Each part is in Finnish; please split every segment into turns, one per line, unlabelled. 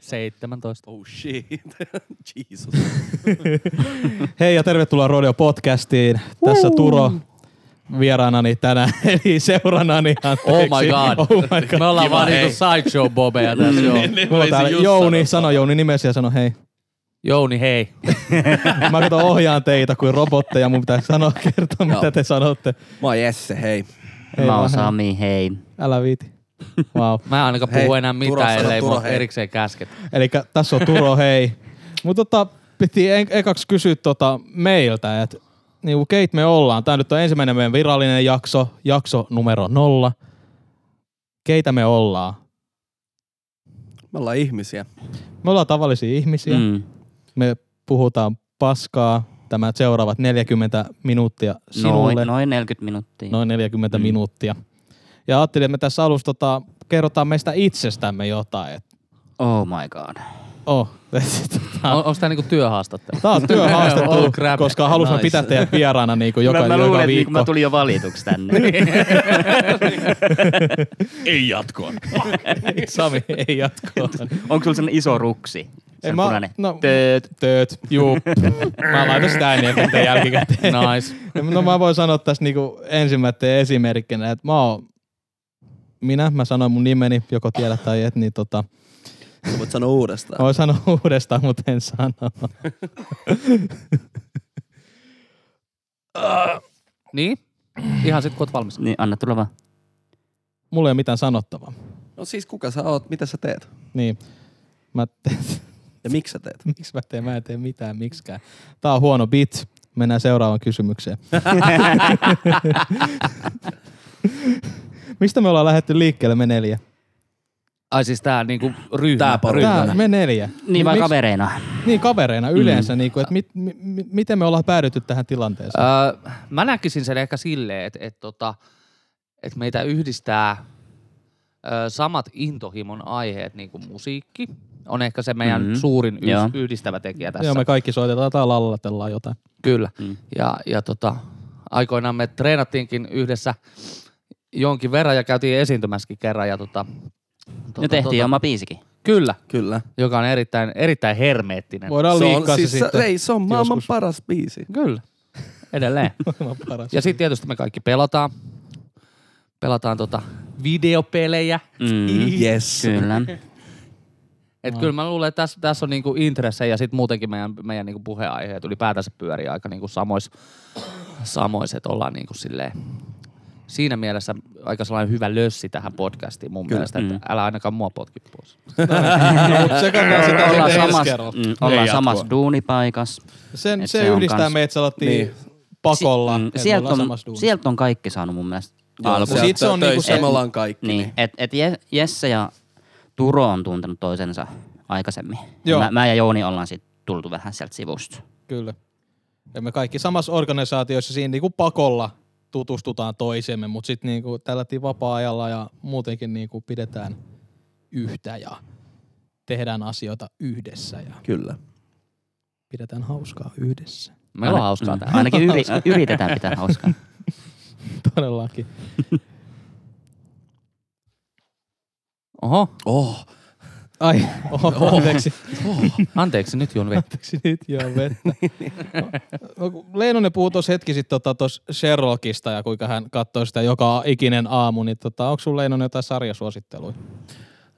17.
Oh shit. Jesus.
Hei ja tervetuloa Rodeo Podcastiin. Tässä Turo vieraanani tänään, eli seuranani.
Oh
Anteeksi.
my god.
Oh my god.
Me ollaan vaan
hei.
niinku sideshow bobeja tässä joo.
Mulla on täällä
Just
Jouni, sano Jouni nimesi ja sano hei.
Jouni, hei.
Mä kato ohjaan teitä kuin robotteja, mun pitää sanoa kertoa mitä te sanotte.
Mä oon Jesse, hei.
Hei
Mä
vaan,
oon Sami, hei.
hei. Älä viiti. Wow.
Mä en ainakaan
Hei,
puhu enää
Turo,
mitään,
sano
ellei
Turo,
mua
hei.
erikseen käsket.
Eli tässä on Turo, hei. Mutta tota, piti en, ekaksi kysyä tota meiltä, että niinku keit me ollaan. Tämä nyt on ensimmäinen meidän virallinen jakso, jakso numero nolla. Keitä me ollaan?
Me ollaan ihmisiä.
Me ollaan tavallisia ihmisiä. Mm.
Mm.
Me puhutaan paskaa tämä seuraavat 40 minuuttia sinulle.
Noin, noin 40 minuuttia.
noin 40 mm.
Mm.
minuuttia. Ja ajattelin, että me tässä alussa tota, kerrotaan meistä itsestämme jotain. Et,
Oh my god.
oh.
On, onks tää niinku työhaastattelu?
Tämä on työhaastattelu,
Oh, crap.
koska halusimme
Nice.
pitää teidät vieraana niin kuin joka,
mä, mä
joka
luulen, että
viikko.
niinku mä tulin jo valituksi tänne.
Ei jatkoa.
Sami ei jatkoa.
Onko sulla sellainen iso ruksi?
Ei,
Sen
mä-
punainen.
no-
Tööt.
Tööt, juu. Mä laitan sitä ääniä jälkikäteen.
Nice.
No mä voin sanoa tässä niinku ensimmäisten esimerkkinä, että mä oon minä, mä sanoin mun nimeni, joko tiedät tai et, niin tota,
Sä voit sanoa uudestaan.
mä voin sanoa uudestaan, mutta en sano.
Niin? Ihan sit kun oot valmis.
Niin, anna tulla vaan.
Mulla ei ole mitään sanottavaa.
No siis kuka sä oot? Mitä sä teet?
Niin. Mä teen,
Ja miksi sä teet?
miksi mä teen? Mä en tee mitään, miksikään. Tää on huono bit. Mennään seuraavaan kysymykseen. Mistä me ollaan lähdetty liikkeelle me neljä?
Ai siis tää niinku ryhmä.
Tää porukka.
ryhmä.
Tää, me neljä.
Niin vaan
miksi-
kavereina.
Niin kavereina yleensä, mm. niin kuin, että mit, mi, mi, miten me ollaan päädytty tähän tilanteeseen?
Öö, mä näkisin sen ehkä silleen, että et, tota, et meitä yhdistää ö, samat intohimon aiheet, niin kuin musiikki, on ehkä se meidän mm-hmm.
Mhm.
suurin
Joo.
yhdis- yhdistävä tekijä tässä.
Joo, me kaikki soitetaan tai lallatellaan jotain.
Kyllä. Mm.
Mm.
Ja, ja tota, aikoinaan me treenattiinkin yhdessä jonkin verran ja käytiin esiintymässäkin kerran. Ja tota, tota,
No tehtiin jo
tota,
oma biisikin.
Kyllä,
Kyllä.
joka on erittäin, erittäin hermeettinen.
Voidaan
Se
liikkaa
on,
se
siis, sä,
sitten.
ei, se on maailman
joskus.
paras biisi.
Kyllä, edelleen.
Maailman paras.
ja sitten tietysti me kaikki pelataan. Pelataan tota videopelejä.
Mm.
Yes.
Kyllä.
Et kyllä mä luulen, että tässä, tässä on niinku intressejä ja sitten muutenkin meidän, meidän niinku puheenaiheet ylipäätänsä pyörii aika niinku samois, samois että ollaan niinku silleen, siinä mielessä aika sellainen hyvä lössi tähän podcastiin mun kyllä. mielestä, että mm. älä ainakaan mua potki pois.
No, mut se katsotaan sitä
Ollaan
sitten ensi
samassa,
kerralla.
mm, ollaan
jatkoa.
samassa duunipaikas.
Sen,
Et
se,
se on
yhdistää
kans-
meitä sellatiin
Niin.
niin. pakolla.
Si- mm,
että me
Sieltä
ollaan
on,
samassa duunissa.
sieltä on kaikki saanut mun mielestä alku.
Sit se on niinku
töissä
se-
me ollaan kaikki.
Niin, et, et Je- Jesse ja Turo on tuntenut toisensa aikaisemmin.
Joo.
Joo. Mä, mä ja Jouni ollaan sit tultu vähän sieltä sivusta.
Kyllä. Ja me kaikki samassa organisaatiossa siinä niinku pakolla tutustutaan toisemme, mutta sitten niinku tällä ti- vapaa-ajalla ja muutenkin niinku pidetään yhtä ja tehdään asioita yhdessä ja
Kyllä.
pidetään hauskaa yhdessä.
Meillä on hauskaa
Mm.
täällä.
Ainakin yri, yritetään pitää hauskaa.
Todellakin.
Oho,
Oh.
Ai, oho, anteeksi.
anteeksi nyt Jon vettä.
Anteeksi, nyt joo vettä.
Niin,
No, kun Leinonen puhui tuossa hetki sitten tota, tuossa Sherlockista ja kuinka hän katsoi sitä joka ikinen aamu, niin tota, onko sulla Leinonen jotain sarjasuositteluja?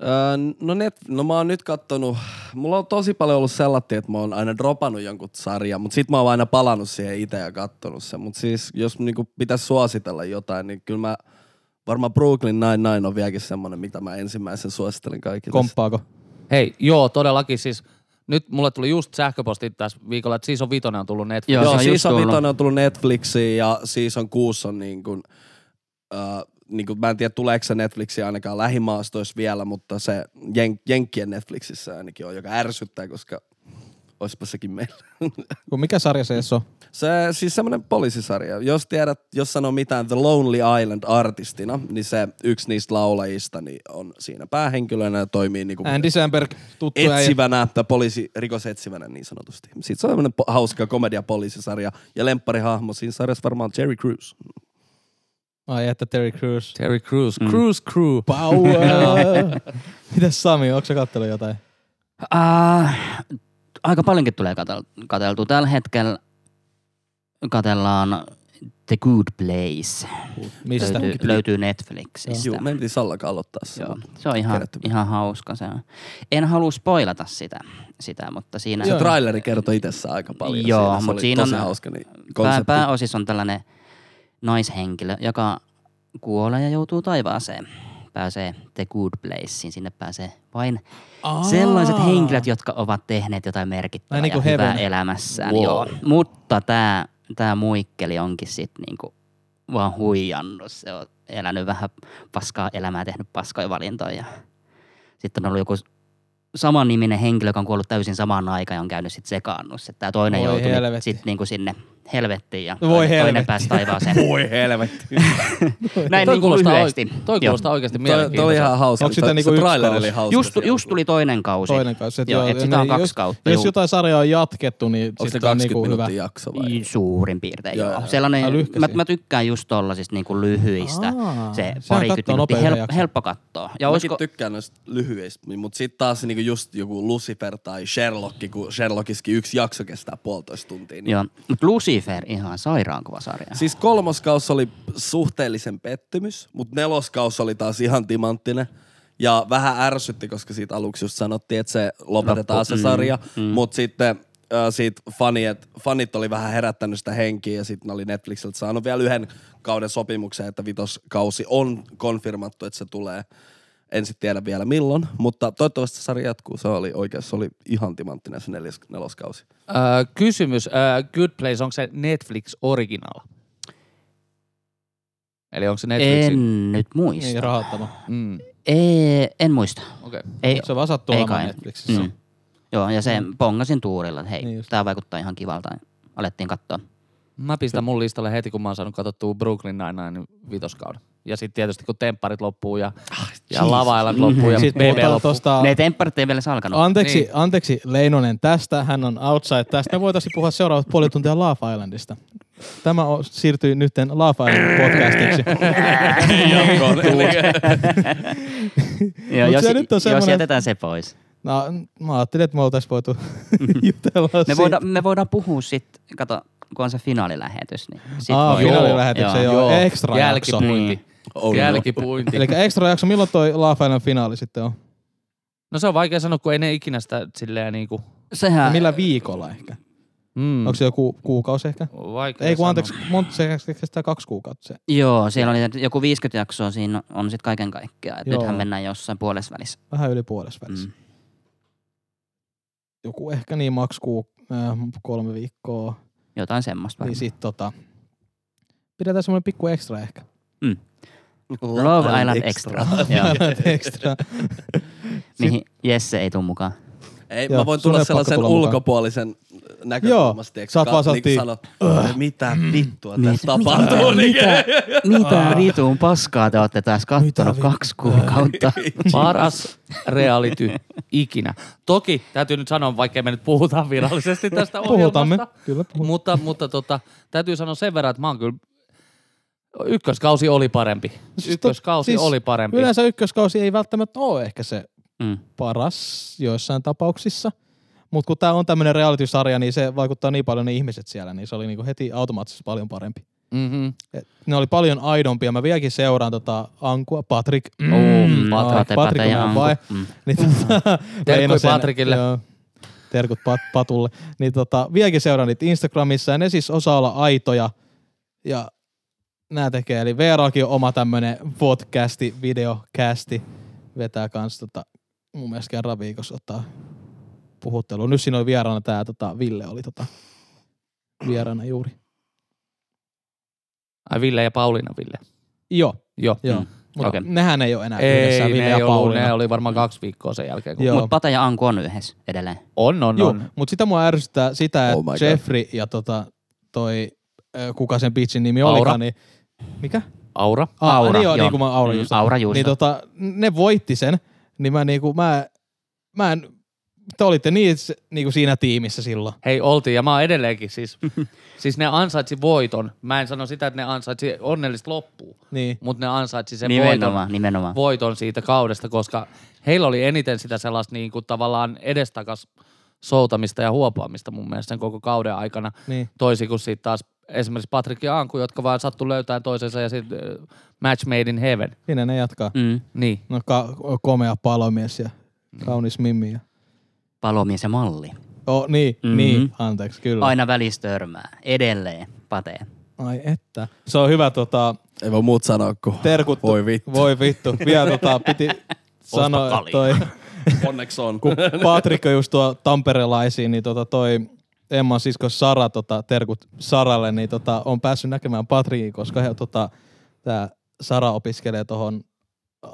Öö, No, net, no mä oon nyt kattonut, mulla on tosi paljon ollut sellainen, että mä oon aina dropannut jonkun sarjan, mutta sit mä oon aina palannut siihen itse ja kattonut sen. Mutta siis jos niinku pitäisi suositella jotain, niin kyllä mä varmaan Brooklyn Nine-Nine on vieläkin semmonen, mitä mä ensimmäisen suosittelen kaikille.
Komppaako?
Hei, joo todellakin siis, nyt mulle tuli just sähköposti tässä viikolla, että Season 5 on tullut Netflix.
Joo,
Joo,
siis se
Joo
on just
season
tullut.
vitonen on tullut Netflixiin ja season 6 on niin kuin, äh, niin kuin, mä en tiedä tuleeko se Netflixiin ainakaan lähimaastoissa vielä, mutta se Jen, Jenkkien Netflixissä ainakin on, joka ärsyttää, koska olisipa sekin meillä.
Kun mikä sarja se edes on?
Se siis semmoinen poliisisarja. Jos tiedät, jos sanoo mitään The Lonely Island artistina, niin se yksi niistä laulajista niin on siinä päähenkilönä ja toimii niinku
Andy Samberg, tuttu äijä.
etsivänä, tai poliisi, rikosetsivänä niin sanotusti. Sitten se on semmoinen po- hauska komedia poliisisarja ja lempparihahmo siinä sarjassa varmaan Jerry Crews.
Ai että Terry Crews.
Terry Crews. Mm. Crews Crew.
Power! Mitäs Sami, onko sä kattelut jotain?
Äh, aika paljonkin tulee katel- kateltua. Tällä hetkellä katellaan The Good Place.
Mistä?
Löytyy, löytyy Netflixistä.
Joo, meidän piti Sallakaan aloittaa se.
Joo,
mut
se on ihan,
kerätty.
ihan hauska. Se on. En halua spoilata sitä, sitä mutta siinä
Se
Joo.
traileri kertoi itsessään aika paljon.
Joo,
siinä. Se
mut
oli
siinä
tosi
on-
hauska niin
pää,
konsepti.
pääosissa on tällainen naishenkilö, joka kuolee ja joutuu taivaaseen. Pääsee The Good Placeen. Sinne pääsee vain
Aa.
sellaiset henkilöt, jotka ovat tehneet jotain merkittävää
Ai niinku
ja hyvää
heaven.
elämässään.
Wow.
Joo. Mutta tämä tää muikkeli onkin sitten niinku vaan huijannut. Se on elänyt vähän paskaa elämää, tehnyt paskoja valintoja. Ja sitten on ollut joku samanniminen henkilö, joka on kuollut täysin samaan aikaan ja on käynyt sitten sekaannut. Tämä toinen
Voi
joutui
helvetti. No
sitten niinku sinne helvettiin ja
Voi
toinen,
helvetti.
toinen pääsi taivaaseen.
Voi helvetti.
Näin
Toi
niin kuin
kuulostaa,
lyhyesti.
oikeasti, toi
Joo.
kuulostaa oikeasti
Toi, toi oli
mielenkiintoiselta.
ihan hauska.
Onks sitä
Se-
niinku
se
yksi
traileri
kausi?
oli hauska.
Just,
siellä.
just tuli toinen kausi.
Toinen kanssa.
Joo, et sitä on
niin
kaksi
jos-
kautta.
Jos
juu.
jotain sarjaa on jatkettu, niin
Onko se
sitten on
20
niinku hyvä.
minuutin jakso vai?
Niin, Suurin piirtein
Joo,
joo.
joo.
Sellainen,
Ai,
mä,
lyhkäisiä.
mä, tykkään just tollasista niinku lyhyistä.
Aa,
se
sehän
parikymmentä
kattoo
minuuttia
nopeita
hel,
jaksoja.
helppo katsoa. Ja
Mäkin
olisiko,
tykkään noista lyhyistä, mutta sitten taas niinku just joku Lucifer tai Sherlock, kun Sherlockiskin yksi jakso kestää puolitoista tuntia. Niin
joo, mutta Lucifer ihan sairaan kova sarja.
Siis kolmoskaus oli suhteellisen pettymys, mutta neloskaus oli taas ihan timanttinen. Ja vähän ärsytti, koska siitä aluksi just sanottiin, että se lopetetaan
Loppu,
se
mm,
sarja. Mutta sitten äh, siitä faniet, fanit oli vähän herättänyt sitä henkiä ja sitten ne oli Netflixiltä saanut vielä yhden kauden sopimuksen, että vitoskausi on konfirmattu, että se tulee. En sitten tiedä vielä milloin, mutta toivottavasti se sarja jatkuu. Se oli oikeassa, se oli ihan timanttinen se neljäs, neloskausi.
Öö, kysymys. Öö, Good Place, onko se Netflix original? Eli onko se Netflixin?
En nyt muista.
Niin, rahoittama.
Mm.
Ei, en muista.
Okei. Okay.
Ei,
Se vaan sattuu
ei
olemaan
kai.
Netflixissä. Mm.
Mm. Joo, ja se pongasin tuurilla, että hei,
Niin
niin
just.
tämä vaikuttaa ihan kivalta. Alettiin katsoa.
Mä pistän mun listalle heti, kun mä oon saanut katsottua Brooklyn Nine-Nine vitoskauden. Ja sitten tietysti kun tempparit loppuu ja,
Ah,
ja lavailla loppuu ja
Sitten
BB
Mm-hmm. Niin puhutaan
loppuu.
tosta...
Ne tempparit ei vielä edes alkanut.
Anteeksi,
Niin.
niin. anteeksi Leinonen tästä, hän on outside tästä. Me voitaisiin puhua seuraavat puoli tuntia Love Islandista. Tämä on, siirtyy nyt Love Island podcastiksi.
Niin.
Joo,
mut
jos,
se nyt on
jos
semmonen-
jätetään se pois.
No, mä ajattelin, että me oltaisiin voitu jutella
Me
siitä.
voidaan, me voidaan puhua sitten, kato, kun on se finaalilähetys. Niin sit
Aa,
voi-
finaalilähetyksen, joo. Extra jakso. Niin.
Jälkipuinti.
Oh no.
Jälkipuinti.
Eli extra jakso, milloin toi Love Island finaali sitten on?
No se on vaikea sanoa, kun ei ne ikinä sitä silleen niinku...
Ja
Sehän,
millä viikolla ehkä?
Mm.
Onko se joku kuukausi ehkä?
Vaikea
Ei kun
sanoa.
anteeksi, monta se se kestää kaksi kuukautta se.
joo, siellä oli joku 50 jaksoa, siinä on sitten kaiken kaikkiaan. Et
Joo.
Nythän mennään jossain puolessa välissä.
Vähän yli puolessa välissä.
Mm.
Joku ehkä niin maks kuu, äh, kolme viikkoa.
Jotain semmoista.
Niin
varmaan.
sit tota, pidetään semmoinen pikku ekstra ehkä.
Love Island Extra, Joo,
ekstra.
mihin Jesse ei tule mukaan.
Ei,
Joo,
mä voin
sun ei
tulla
pakko
sellaisen
tulla mukaan.
ulkopuolisen näkökulmasta.
sä oot vaan sellainen, Äh. Mm.
sanot, "Äh, mitä vittua tässä tapahtuu. Niin,
Mitä, mitä vitun paskaa te olette taas kattonut
Mitä vi-
kaksi kuukautta?
Paras reality ikinä. Toki täytyy nyt sanoa, vaikka me nyt puhutaan virallisesti tästä
Puhutaan me.
ohjelmasta.
Kyllä puhutaan.
Mutta, mutta tota, täytyy sanoa sen verran, että mä oon kyllä... Ykköskausi oli parempi.
Siis tot-
Ykköskausi
siis
oli parempi.
Yleensä ykköskausi ei välttämättä ole ehkä se
Mm.
paras joissain tapauksissa. Mutta kun tämä on tämmöinen reality-sarja, niin se vaikuttaa niin paljon ne ihmiset siellä, niin se oli niinku heti automaattisesti paljon parempi.
Mm-hmm.
Et ne oli paljon aidompia. Mä vieläkin seuraan tota Ankua, Patrick. Mm,
Mm.
Ai,
Pate,
Patrick
pate ja
on
Anku.
vai?
Mm.
Niin, tota, meinasin-
Patrikille.
Joo, terkut pat, Patulle. Niin tota, vieläkin seuraan niitä Instagramissa ja ne siis osaa olla aitoja ja nämä tekee. Eli Veerakin on oma tämmönen podcasti, videokästi vetää kans tota, mun mielestä kerran viikossa ottaa puhuttelua. Nyt siinä oli vieraana tää tota, Ville oli tota, vieraana juuri.
Ai Ville ja Pauliina Ville.
Joo,
Joo.
joo.
Mm.
Mm. Mutta
Okei.
nehän ei ole enää
Ei,
yhdessä, Ville
ne,
ja
ei ollut,
Pauliina.
ne oli varmaan kaksi viikkoa sen jälkeen. Kun...
Joo.
Mutta Pate ja Anku on yhdessä edelleen.
On, on,
Joo,
on.
mutta sitä mua ärsyttää sitä,
Oh my
että
God.
oh Jeffrey ja tota, toi, ö, kuka sen bitchin nimi
Aura.
olikaan, niin mikä?
Aura.
Ah,
Aura,
niin, joo,
joo.
niin kuin mä Aura
Mm,
just.
Aura Juuso.
Niin tota, ne voitti sen, niin mä niinku, mä, mä en te olitte niin, niin kuin siinä tiimissä silloin.
Hei, oltiin ja mä oon edelleenkin siis, siis ne ansaitsi voiton. Mä en sano sitä, että ne ansaitsi onnellista loppua,
Niin.
mutta ne ansaitsi sen voiton,
Nimenomaan, nimenomaan.
voiton siitä kaudesta, koska heillä oli eniten sitä sellaista niin kuin tavallaan edestakas soutamista ja huopaamista mun mielestä sen koko kauden aikana.
Niin.
Toisin kuin sitten taas esimerkiksi Patrick ja Anku, jotka vaan sattu löytää toisensa ja sitten match made in heaven.
Siinä ne jatkaa. Mm.
Mm.
Niin.
No ka- komea palomies ja kaunis mimmi. Ja...
Palomies ja malli.
Oh, niin,
Mhm.
mm-hmm. niin, anteeksi, kyllä.
Aina välistörmää. Edelleen patee.
Ai että. Se on hyvä tota,
Ei voi muut sanoa kuin
terkut.
voi vittu.
Voi vittu. Vielä tota, piti sanoa, että toi,
Onneksi on.
kun Patrikko just tuo tamperelaisiin, niin tota toi Emman sisko Sara, tota, terkut Saralle, niin tota, on päässyt näkemään Patrikin, koska he, tota, tää Sara opiskelee tuohon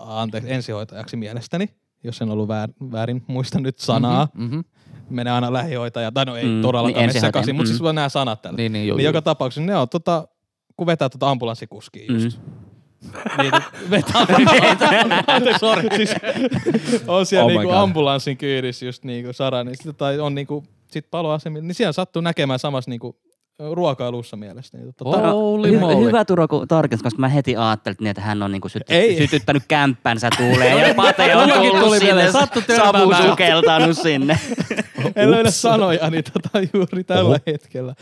anteeksi, ensihoitajaksi mielestäni, jos en ollut väär, väärin muista nyt sanaa. Mm-hmm.
Mm-hmm.
Menee aina lähihoitaja, tai no ei
Mhm. Mm,
mm, todellakaan
niin
niin sekaisin,
ensihoitaja,
mutta
mm.
siis vaan nämä sanat tällä.
Niin, niin, juu,
niin
juu.
joka tapauksessa ne on tota, kun vetää tota ambulanssikuskiin just.
Mm.
Mhm.
Niin, vetää. Anteeksi, sorry. Siis, on siellä
Oh
oh
my
niinku
God.
ambulanssin kyydissä just niinku Sara, niin sit, tai on niinku sit paloasemilla, niin siellä sattuu näkemään samassa niinku ruokailussa mielestäni. Niin, tota,
Oh. Holy moly.
Hy- hyvä Turo, kun tarkensi, koska mä heti ajattelin, niin, että hän on niinku syty-
Ei.
sytyttänyt kämppänsä tuuleen ja pate on
Mullakin
tullut
tuli
sinne,
mieleen, sattu
savu
törmäämään.
sukeltanut sinne.
en löydä sanoja, niin tota, juuri tällä hetkellä.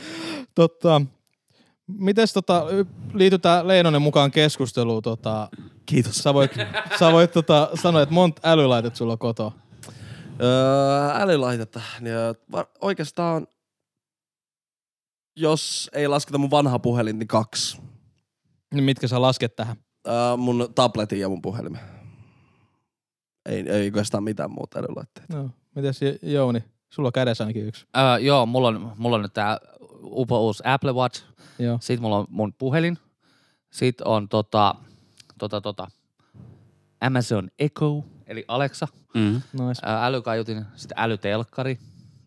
Tota, mites tota, liitytään Leinonen mukaan keskusteluun. Tota,
Kiitos.
sä voit, sä voit tota, sanoa, että monta älylaitet sulla on kotoa.
Öö, älylaitetta. Niin, öö, var- oikeastaan, jos ei lasketa mun vanha puhelin, niin kaksi.
Niin mitkä sä lasket tähän?
Öö, mun tabletin ja mun puhelimen. Ei, ei oikeastaan mitään muuta älylaitteita.
No, mitäs J- Jouni? Sulla on kädessä ainakin yksi.
Öö, joo, mulla on, mulla on nyt tää upo uusi Apple Watch.
Joo.
Sitten mulla on mun puhelin. Sitten on tota, tota, tota, Amazon Echo, eli Alexa,
Mm.
Nois.
ää, älykaiutin, sitten älytelkkari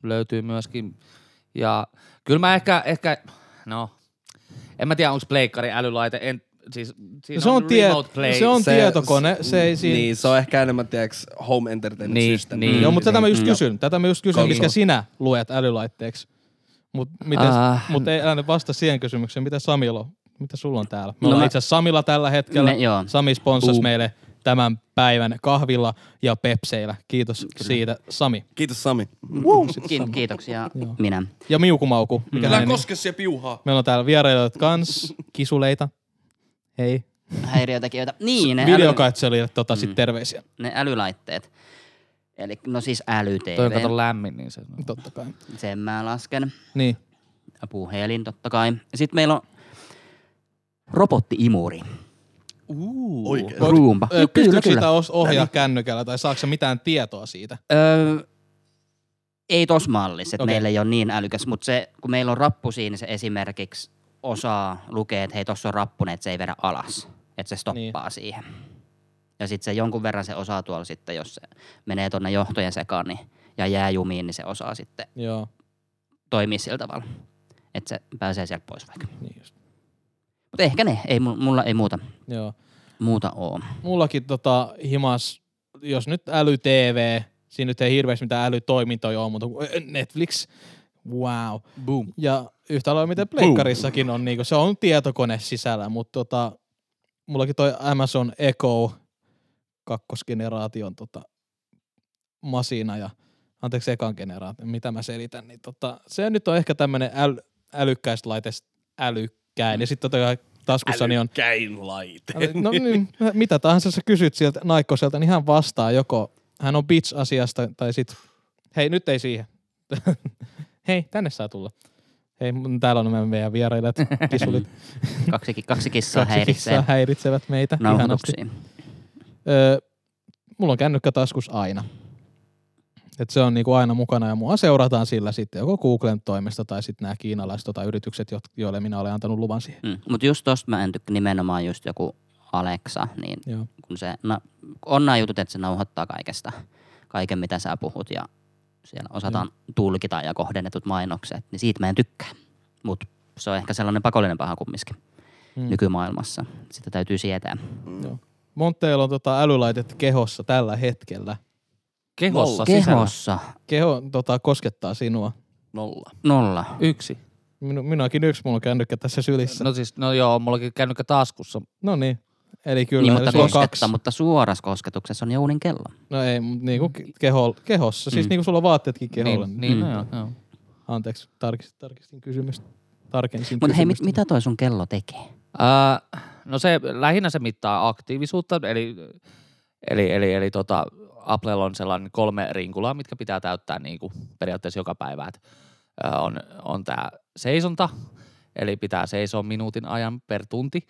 löytyy myöskin. Ja kyllä mä ehkä, ehkä no, en mä tiedä onko pleikkari älylaite, en, siis, siinä
se on, tie-
remote play.
se on tietokone, se ei siinä...
Niin, se on ehkä enemmän, tiedäks, home entertainment
Niin,
system.
niin.
Joo, mutta tätä mä just
Mm.
kysyn. Tätä mä just kysyn,
Konsoli.
mitkä sinä luet älylaitteeksi. Mutta miten,
Ah.
mut ei älä nyt vastaa siihen kysymykseen. Mitä Samilla on? Mitä sulla on täällä? Me
No
ollaan
mä-
itse asiassa Samilla tällä hetkellä.
Me- joo.
Sami sponssasi
Uh.
meille tämän päivän kahvilla ja pepseillä. Kiitos siitä, Sami.
Kiitos Sami.
Mm. Ki- kiitoksia minä.
Ja miukumauku. Mikä hänen nimi-
se piuhaa.
Meillä on täällä vierailijoita kans, kisuleita. Hei.
Häiriötekijöitä. Niin, ne, äly, Mm.
Videokatselijoille tota sit terveisiä.
ne älylaitteet. Eli no siis
Toi on
äly-TV.
kato lämmin, niin se.
Totta kai.
Sen mä lasken.
Niin.
Puhelin totta kai. Sitten meillä on robotti-imuri.
Oikein.
Roomba.
Ö,
Kyllä,
Pystyykö
kyllä. niin.
sitä os- ohjaa kännykällä tai saako sä mitään tietoa siitä?
Öö, ei tos mallis, että
Okei.
okay. meillä ei ole niin älykäs, mutta se, kun meillä on rappu siinä, se esimerkiksi osaa lukea, että hei, tossa on rappune, että se ei vedä alas, että se stoppaa niin. siihen. Ja sitten se jonkun verran se osaa tuolla sitten, jos se menee tuonne johtojen sekaan niin, ja jää jumiin, niin se osaa sitten
Joo.
toimia sillä tavalla, että se pääsee sieltä pois vaikka.
Niin just.
Mutta ehkä ne, ei, mu- mulla ei muuta,
Joo.
muuta oo.
Mullakin tota himas, jos nyt äly TV, siinä nyt ei hirveästi mitään älytoimintoja ole, mutta Netflix, wow.
Boom.
Ja yhtä lailla miten pleikkarissakin on, niinku, se on tietokone sisällä, mutta tota, mullakin toi Amazon Echo kakkosgeneraation tota, masina ja anteeksi ekan generaatio, mitä mä selitän, niin tota, se nyt on ehkä tämmönen äl, älykkäistä laitteista älykkäin. Ja sitten tota, taskussa niin on
Käin laite.
No niin, mitä tahansa sä kysyt sieltä naikkoselta, niin hän vastaa joko, hän on bitch asiasta, tai sit, hei nyt ei siihen. hei, tänne saa tulla. Hei, mun- täällä on nämä meidän vierailijat, kisulit,
Kaksi,
kaksi
kaksi kissaa
kissaa
häiritsee
häiritsevät meitä. ihanasti.
nauhoituksiin.
Öö, mulla on kännykkä taskus aina. Et se on niinku aina mukana ja mua seurataan sillä sitten joko Googlen toimesta tai sitten nämä kiinalaiset tota, yritykset, jot- joille minä olen antanut luvan siihen.
Mm. Mutta just tosta mä en tykkää nimenomaan just joku Alexa, niin
Joo.
kun se, na, on nämä jutut, että se nauhoittaa kaikesta, kaiken mitä sä puhut ja siellä osataan tulkita ja kohdennetut mainokset, niin siitä mä en tykkää. Mutta se on ehkä sellainen pakollinen paha kumminkin
Mm.
nykymaailmassa. Sitä täytyy sietää.
Monteilla on tota älylaitetta kehossa tällä hetkellä.
Kehossa sisällä.
Kehossa
Keho tota, koskettaa sinua.
Nolla.
nolla.
Yksi.
Minu, minäkin yksi mulla on kännykkä tässä sylissä.
No siis, no joo, mullakin kännykkä taskussa.
No niin. Eli kyllä,
Niin, mutta
se on
kosketta,
kaksi.
mutta suorassa kosketuksessa on jounin kello.
No ei, mutta niinku keho, kehossa. Siis
Mm.
niinku sulla on vaatteetkin keholla.
Niin, niin
Mm.
no joo, joo.
Anteeksi, tarkistin, tarkistin kysymystä. Tarkensin
Mutta hei, mit,
kysymystä.
mitä toi sun kello tekee?
Ää, no se lähinnä se mittaa aktiivisuutta, eli, eli, eli, eli tota, Applella on sellainen kolme rinkulaa, mitkä pitää täyttää niin kuin periaatteessa joka päivä. Et, ää, on, on tämä seisonta, eli pitää seisoa minuutin ajan per tunti.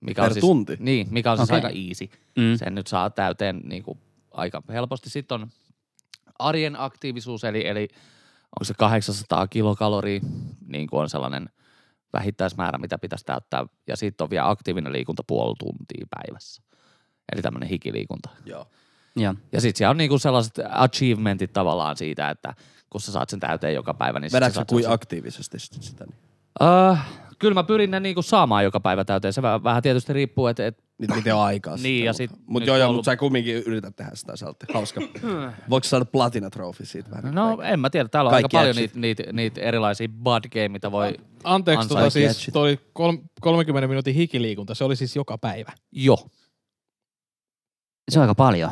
Mikä
Per
on siis,
tunti?
Niin, mikä on siis
Okei.
aika easy.
Mm.
Sen nyt saa täyteen niin kuin aika helposti. Sitten on arjen aktiivisuus, eli, eli onko se 800 kilokaloria, niin kuin on sellainen vähittäismäärä, mitä pitäisi täyttää. Ja sitten on vielä aktiivinen liikunta puoli tuntia päivässä. Eli tämmöinen hikiliikunta.
Joo.
Joo.
Ja sitten siellä on niinku sellaiset achievementit tavallaan siitä, että kun sä saat sen täyteen joka päivä, niin sit
Vedätkö
sä
sä
saat
kuin
sen-
aktiivisesti sit sitä? Niin,
Öö, kyllä mä pyrin ne niinku saamaan joka päivä täyteen. Se vähän, vähän tietysti riippuu, että et,
niin miten on aikaa
Niin,
sitten,
ja
mut-
sit
Mut
nyt
joo, joo,
ollut-
mut sä kumminkin yrität tehdä sitä salti. Hauska. Voiko saada platinatrofi siitä vähän?
no en mä tiedä, täällä on aika
Kaikki
paljon
exit.
niitä niit, niit erilaisia bad game, mitä voi...
Anteeksi, tota
Ansaitsi
siis
edgit.
toi kol- 30 minuutin hikiliikunta, se oli siis joka päivä.
Jo.
Se on aika paljon.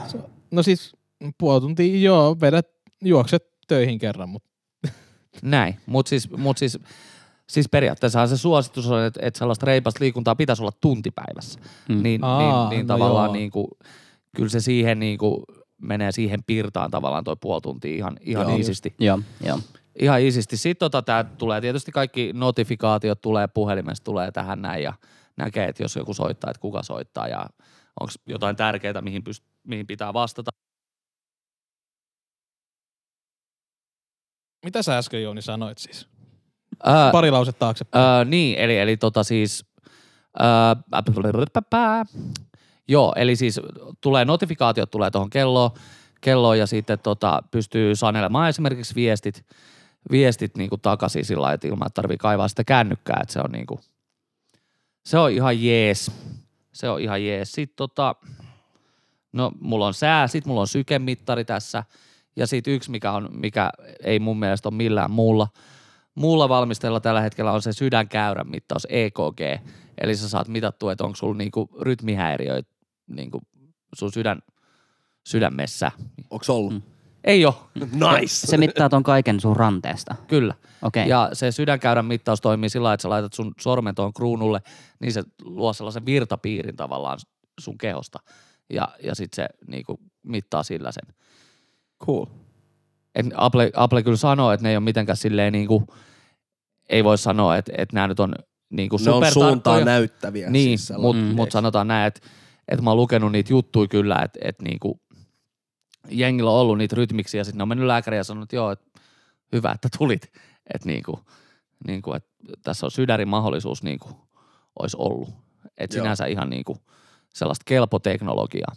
No siis puoli tuntia, joo, vedät, juokset töihin kerran, mutta
Näin, mutta siis, mut siis, siis periaatteessahan se suositus on, että, että sellaista reipasta liikuntaa pitäisi olla tuntipäivässä.
Mm.
Mm. Niin,
Aa,
niin, niin
no
tavallaan
joo.
niin kuin, kyllä se siihen niin kuin, menee siihen pirtaan tavallaan toi puoli tuntia ihan, ihan
Joo.
iisisti.
Joo, joo.
Ihan iisisti. Sitten tota, tää tulee tietysti kaikki notifikaatiot tulee puhelimessa, tulee tähän näin ja näkee, että jos joku soittaa, että kuka soittaa ja onko jotain tärkeää, mihin, pyst- mihin pitää vastata.
mitä sä äsken Jouni sanoit siis?
Ää,
Pari lausetta taaksepäin.
Öö, niin, eli, eli tota siis... Öö, äppäpäpää. joo, eli siis tulee notifikaatiot tulee tuohon kelloon, kelloon ja sitten tota, pystyy sanelemaan esimerkiksi viestit, viestit niinku takaisin sillä lailla, että ilman, että tarvii kaivaa sitä kännykkää, että se on niinku, se on ihan jees. Se on ihan jees. Sitten tota, no mulla on sää, sit mulla on sykemittari tässä ja sit yksi, mikä, on, mikä ei mun mielestä ole millään muulla, muulla valmisteella tällä hetkellä on se sydänkäyrän mittaus EKG. Eli sä saat mitattua, että onko sulla niinku rytmihäiriöitä niinku sun sydän, sydämessä.
Onks ollut?
Mm.
Ei ole,
Nice!
Se mittaa ton kaiken sun ranteesta.
kyllä.
Okei. Okay.
Ja se sydänkäyrän mittaus toimii sillä lailla, että sä laitat sun sormen tuohon kruunulle, niin se luo sellaisen virtapiirin tavallaan sun kehosta. Ja, ja sit se niinku mittaa sillä sen.
Cool.
Et Apple, Apple kyllä sanoo, että ne ei ole mitenkään silleen niinku, ei voi sanoa, että, että nämä nyt on niinku
Ne on suuntaan
supertarkkoja.
näyttäviä.
Niin,
siis
mutta
Mm.
mut sanotaan näin, että et mä oon lukenut niitä juttuja kyllä, että et niinku, jengillä on ollut niitä rytmiksi ja sitten ne on mennyt lääkäriin ja sanonut, että joo, et, hyvä, että tulit. Että niinku, niinku, et, tässä on sydärin mahdollisuus niinku, olisi ollut. Et
Joo.
sinänsä ihan niinku, sellaista kelpoteknologiaa.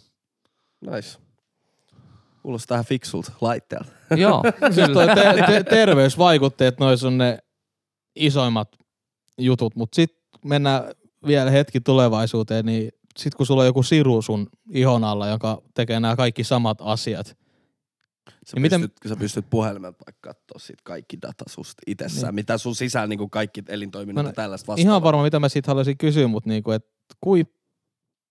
Nice. Kuulostaa vähän fiksulta laitteelta.
joo,
Siis
kyllä.
toi te- te- terveysvaikutteet, nois on ne isoimmat jutut, mutta sitten mennään vielä hetki tulevaisuuteen, niin sitten kun sulla on joku siru sun ihon alla, joka tekee nämä kaikki samat asiat,
Sä,
Niin,
Ja miten-
pystyt, sä pystyt puhelimelta vaikka katsoa sit kaikki data susta itsessään,
Niin.
mitä sun sisällä niin kaikki elintoiminnot
Mä
ja
en-
tällaista vastaavaa.
ihan varma, mitä mä siitä haluaisin kysyä, mutta niinku, et kui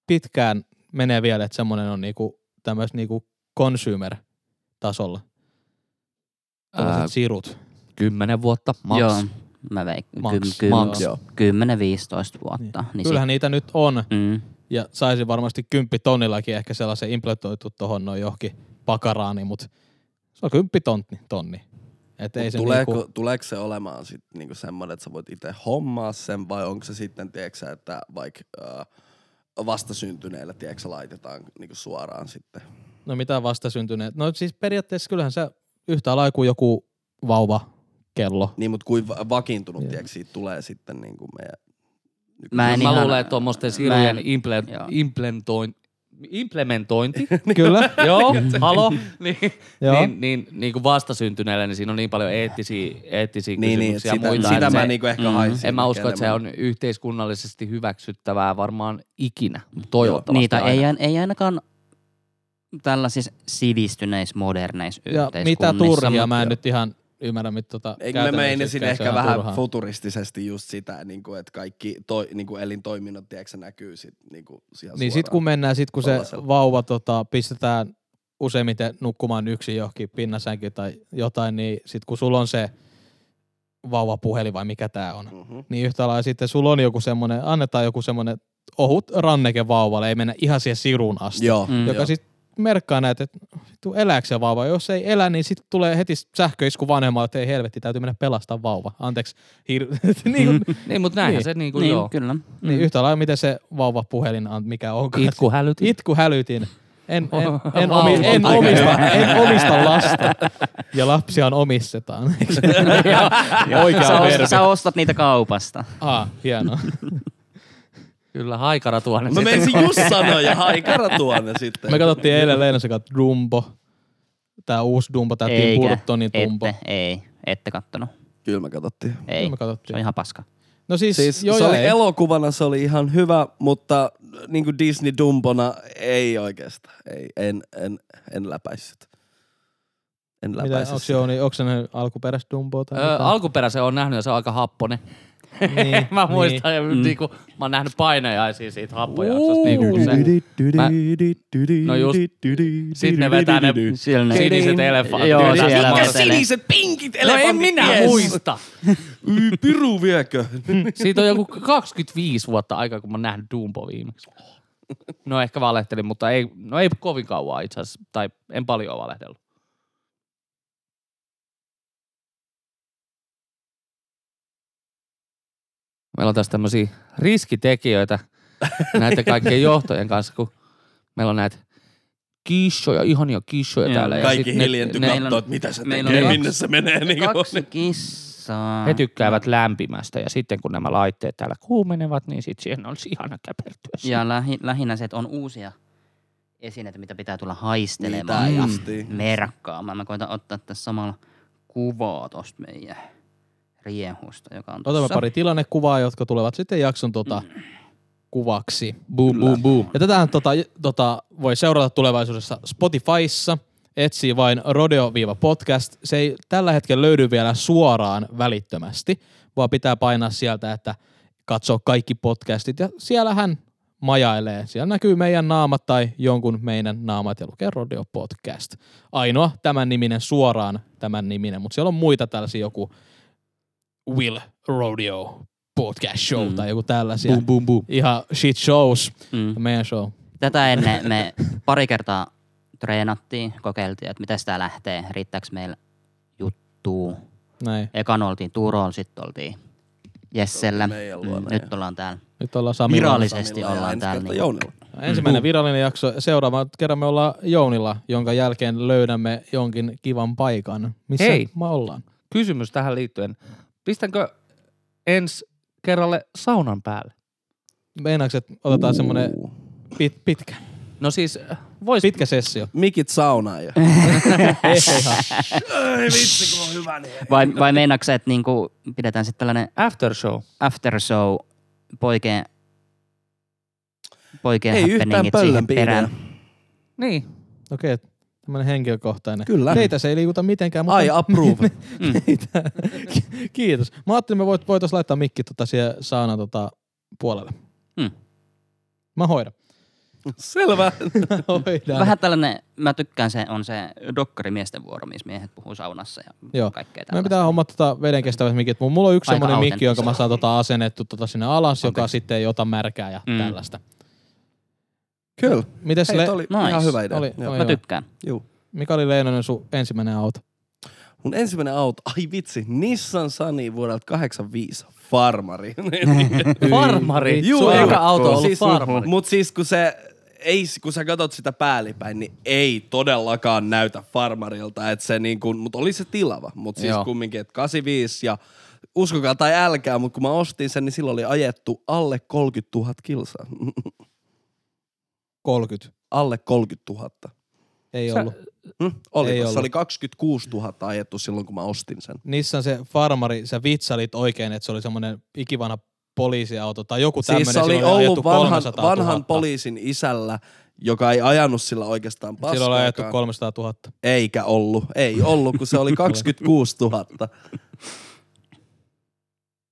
pitkään menee vielä, että semmoinen on niinku, tämmöis niinku consumer-tasolla,
Ää,
tällaiset
niin
sirut.
Kymmenen vuotta maks. No,
Joo. Mä veikkaan.
Maks.
Ky- ky-
Maks.
Joo.
10-15 vuotta. Niin. Niin
Kyllähän niitä nyt on,
sit, mm,
ja saisin varmasti kymppitonnillakin ehkä sellaisen implantoitu tohon noin johonkin pakaraani, mutta se on kymppitonni. Tonni. Et ei
Mut
se
tuleeko,
niinku,
tuleeko se olemaan sit niinku semmoinen, että sä voit itse hommaa sen, vai onko se sitten, tiedätkö, että vaikka äh, vastasyntyneillä, tiedätkö, laitetaan niinku suoraan sitten.
no mitä vastasyntyneet. No siis periaatteessa kyllähän sä yhtä lailla kuin joku vauva kello.
Niin, mutta kuin va- vakiintunut,
Joo.
tiedätkö, siitä tulee sitten niinku meidän...
mä en
mä
ihan,
luulen, että tuommoisten
mä
sirujen
en-
implen-
joo.
implentoin, implementointi,
Niin.
Kyllä.
joo, halo, niin,
Joo.
niin, niin, niin kuin vastasyntyneelle, niin siinä on niin paljon eettisiä, eettisiä
Niin, niin,
kysymyksiä
sitä,
ja muita.
sitä
että
mä
se- Mm-hmm.
niinku ehkä
Mm.
mm, hain
en mä
siinä
usko, että se
enemmän.
on yhteiskunnallisesti hyväksyttävää varmaan ikinä, toivottavasti
niitä
aina.
ei, ain- ei ainakaan tällaisissa sivistyneissä, moderneissa
Ja mitä
yhteiskunnissa.
turhia,
mut-
mä en nyt ihan ymmärrä, mitä tota
niinku
Eikö me
käytännössä
meinisin
tykkää,
ehkä
se on ihan
vähän
turhaa.
futuristisesti just sitä, niin kuin, että kaikki toi, niin kuin elintoiminnot tiedätkö, sä, näkyy sit, niin kuin, siellä
Niin
suoraan.
sit kun mennään, sit kun se
Tollasella.
vauva tota, pistetään useimmiten nukkumaan yksin johonkin pinnasänkin tai jotain, niin sit kun sulla on se vauvapuheli vai mikä tää on,
Mhm.
niin yhtä lailla sitten sulla on joku semmonen, annetaan joku semmonen ohut ranneke vauvalle, ei mennä ihan siihen sirun asti.
Joo.
Mm.
joka
joo.
sit merkkaa näitä, että vittu elääkö se vauva. Jos ei elä, niin sitten tulee heti sähköisku vanhemmalle, että ei helvetti, täytyy mennä pelastaa vauva. Anteeksi. Hir- niin, kuin,
Niin, mutta näinhän
Niin.
se niinku
Niin,
joo.
kyllä.
niin yhtä lailla, miten se vauvapuhelin, an- mikä onkaan.
Itku hälytin.
Itku hälytin. En, en, en,
Vauva.
omi, en,
Aika
omista, en omista lasta. Ja lapsiaan omistetaan.
Sä,
Oikea
ost,
verbi.
sä ostat niitä kaupasta.
Ah, hienoa.
Kyllä, haikara tuonne
Mä
sitten.
menisin just sanoa ja haikara tuonne sitten.
Me katsottiin eilen Leinosen kanssa Dumbo. Tää uusi Dumbo, tää Tim
Eikä,
Burtonin Dumbo.
ette, ei, ette kattonut.
Kyllä me katsottiin.
Ei,
Me
se on
katsottiin.
ihan paska.
No siis,
Siis
joo,
se
joo,
oli
ei.
elokuvana, se oli ihan hyvä, mutta niin kuin Disney Dumbona ei oikeastaan. Ei, en, en, en läpäissyt. En
Mitä,
läpäissyt.
onko se, on, onko se ne alkuperäistä Dumboa tai
Öö,
jotain?
alkuperäisen on nähnyt ja se on aika happonen.
niin,
mä muistan, niin. ja
Mm.
niinku, mä oon nähnyt painajaisia siitä happojaksosta. Niinku, kun se, mä, no just, sit ne vetää ne
Siellä ne-
siniset elefantit.
Joo,
vetää
siellä
sitä
on
Mikä
maata-
se-
siniset pinkit
No
elefantit?
en minä
jes.
muista.
Y, Piru viekö?
Siitä on joku 25 vuotta aikaa, kun mä oon nähnyt Dumbo viimeksi. No ehkä valehtelin, mutta ei, no ei kovin kauan itse asiassa. Tai en paljon ole valehdellut. Meillä on tässä tämmöisiä riskitekijöitä näiden kaikkien johtojen kanssa, kun meillä on näitä kissoja, ihania kissoja
Joo,
täällä. ja
Kaikki
sit ne-
hiljentyi
ne-
meillä
katsoa,
on-
että mitä se
meillä
tekee,
on
minne
kaksi-
se menee. Niin
Kaksi kissaa.
He tykkäävät lämpimästä ja sitten kun nämä laitteet täällä kuumenevat, niin sitten siihen olisi ihana käpertyä. siihen.
Ja lähi, lähinnä se, että on uusia esineitä, mitä pitää tulla haistelemaan
Niitä
ja
justiin.
merkkaamaan. Mä koitan ottaa tässä samalla kuvaa tosta meidän riehusta, joka on
Otamme
tuossa.
pari tilannekuvaa, jotka tulevat sitten jakson tota, kuvaksi.
Boom, boom, boom.
Ja tätähän tota, j- tota, voi seurata tulevaisuudessa Spotifyssa. Etsii vain rodeo-podcast. Se ei tällä hetkellä löydy vielä suoraan välittömästi, vaan pitää painaa sieltä, että katso kaikki podcastit. Ja siellähän majailee. Siellä näkyy meidän naamat tai jonkun meidän naamat ja lukee Rodeo Podcast. Ainoa tämän niminen suoraan tämän niminen, mutta siellä on muita tällaisia joku Will Rodeo Podcast Show
Mm.
tai joku tällaisia.
Boom, boom, boom.
Ihan shit shows.
Mm.
Meidän show.
Tätä ennen me pari kertaa treenattiin, kokeiltiin, että miten tämä lähtee, riittääkö meillä juttuu.
Näin.
Ekan oltiin Turoon, sitten oltiin Jessellä. Mm,
Meidän luona. ja-
Nyt ollaan täällä.
Nyt ollaan Samilla.
Virallisesti
Samilla ja
ollaan
ensi
täällä.
kertaa
niinku-
Jounilla.
Ensimmäinen virallinen jakso. Seuraava kerran me ollaan Jounilla, jonka jälkeen löydämme jonkin kivan paikan. Missä
Hei.
me ollaan?
Kysymys tähän liittyen. Pistänkö ensi kerralle saunan päälle?
Meinaaks, että otetaan semmonen
Uu.
pit, pitkä,
No siis, äh, vois...
pitkä sessio?
Mikit saunaan ja...
Ei ihan.
Ei vitsi, kun on hyvä niin.
Vai, vai meinaatko sä, että niinku pidetään sitten tällainen
After show.
after show poikeen poikeen
Ei yhtään
happeningit siihen
pöllönpiirejä.
perään.
Niin.
Okei, okay, tämmönen henkilökohtainen.
Kyllä.
Teitä se ei liikuta mitenkään, mutta
I approve.
meitä. Kiitos. Mä ajattelin, me voit, voitais laittaa mikki tota siihen saunan tota puolelle.
Mm.
Mä hoidan.
Selvä.
Mä hoidan.
Vähän tällainen, mä tykkään se, on se dokkarimiesten vuoro, missä miehet puhuu saunassa ja
Joo.
kaikkea
Meidän
tällaista.
pitää hommaa tota vedenkestävät mikit. Mun- Mulla on yksi
Aika
semmonen mikki,
autenttista.
jonka mä saan tota asennettu tota sinne alas, joka sitten ei ota märkää ja
Mm.
tällaista.
Kyllä.
Mites
Hei,
Le-
toi oli
Nice.
ihan hyvä idea.
Oli-
Joo.
oli.
Mä
Joo.
tykkään.
Juu.
mikä oli Leinonen sun ensimmäinen auto?
Mun ensimmäinen auto, ai vitsi, Nissan Sunny vuodelta 85. Farmari. Niin.
Farmari.
Juu,
Sun
juu.
eka auto on ollut
Siis-
farmari.
Mut siis kun se, ei, kun sä katot sitä päällipäin, niin ei todellakaan näytä farmarilta. Että se niin kun, mut oli se tilava. Mut siis
Joo.
kumminkin, että 85 ja uskokaa tai älkää, mut kun mä ostin sen, niin silloin oli ajettu alle 30 000 kilsaa.
30.
alle 30 000.
Ei
Sä-
ollut.
Hm? Oli,
Ei
se
ollut.
oli 26 000 ajettu silloin, kun mä ostin sen.
Nissan se farmari, sä vitsalit oikein, että se oli semmonen ikivanha poliisiauto tai joku tämmönen.
Siis se oli
silloin ajettu
ollut vanhan,
300 000.
vanhan poliisin isällä, joka ei ajanut sillä oikeastaan
Silloin on ajettu
paskaakaan.
300 000.
Eikä ollut. Ei ollut, kun se oli 26 000.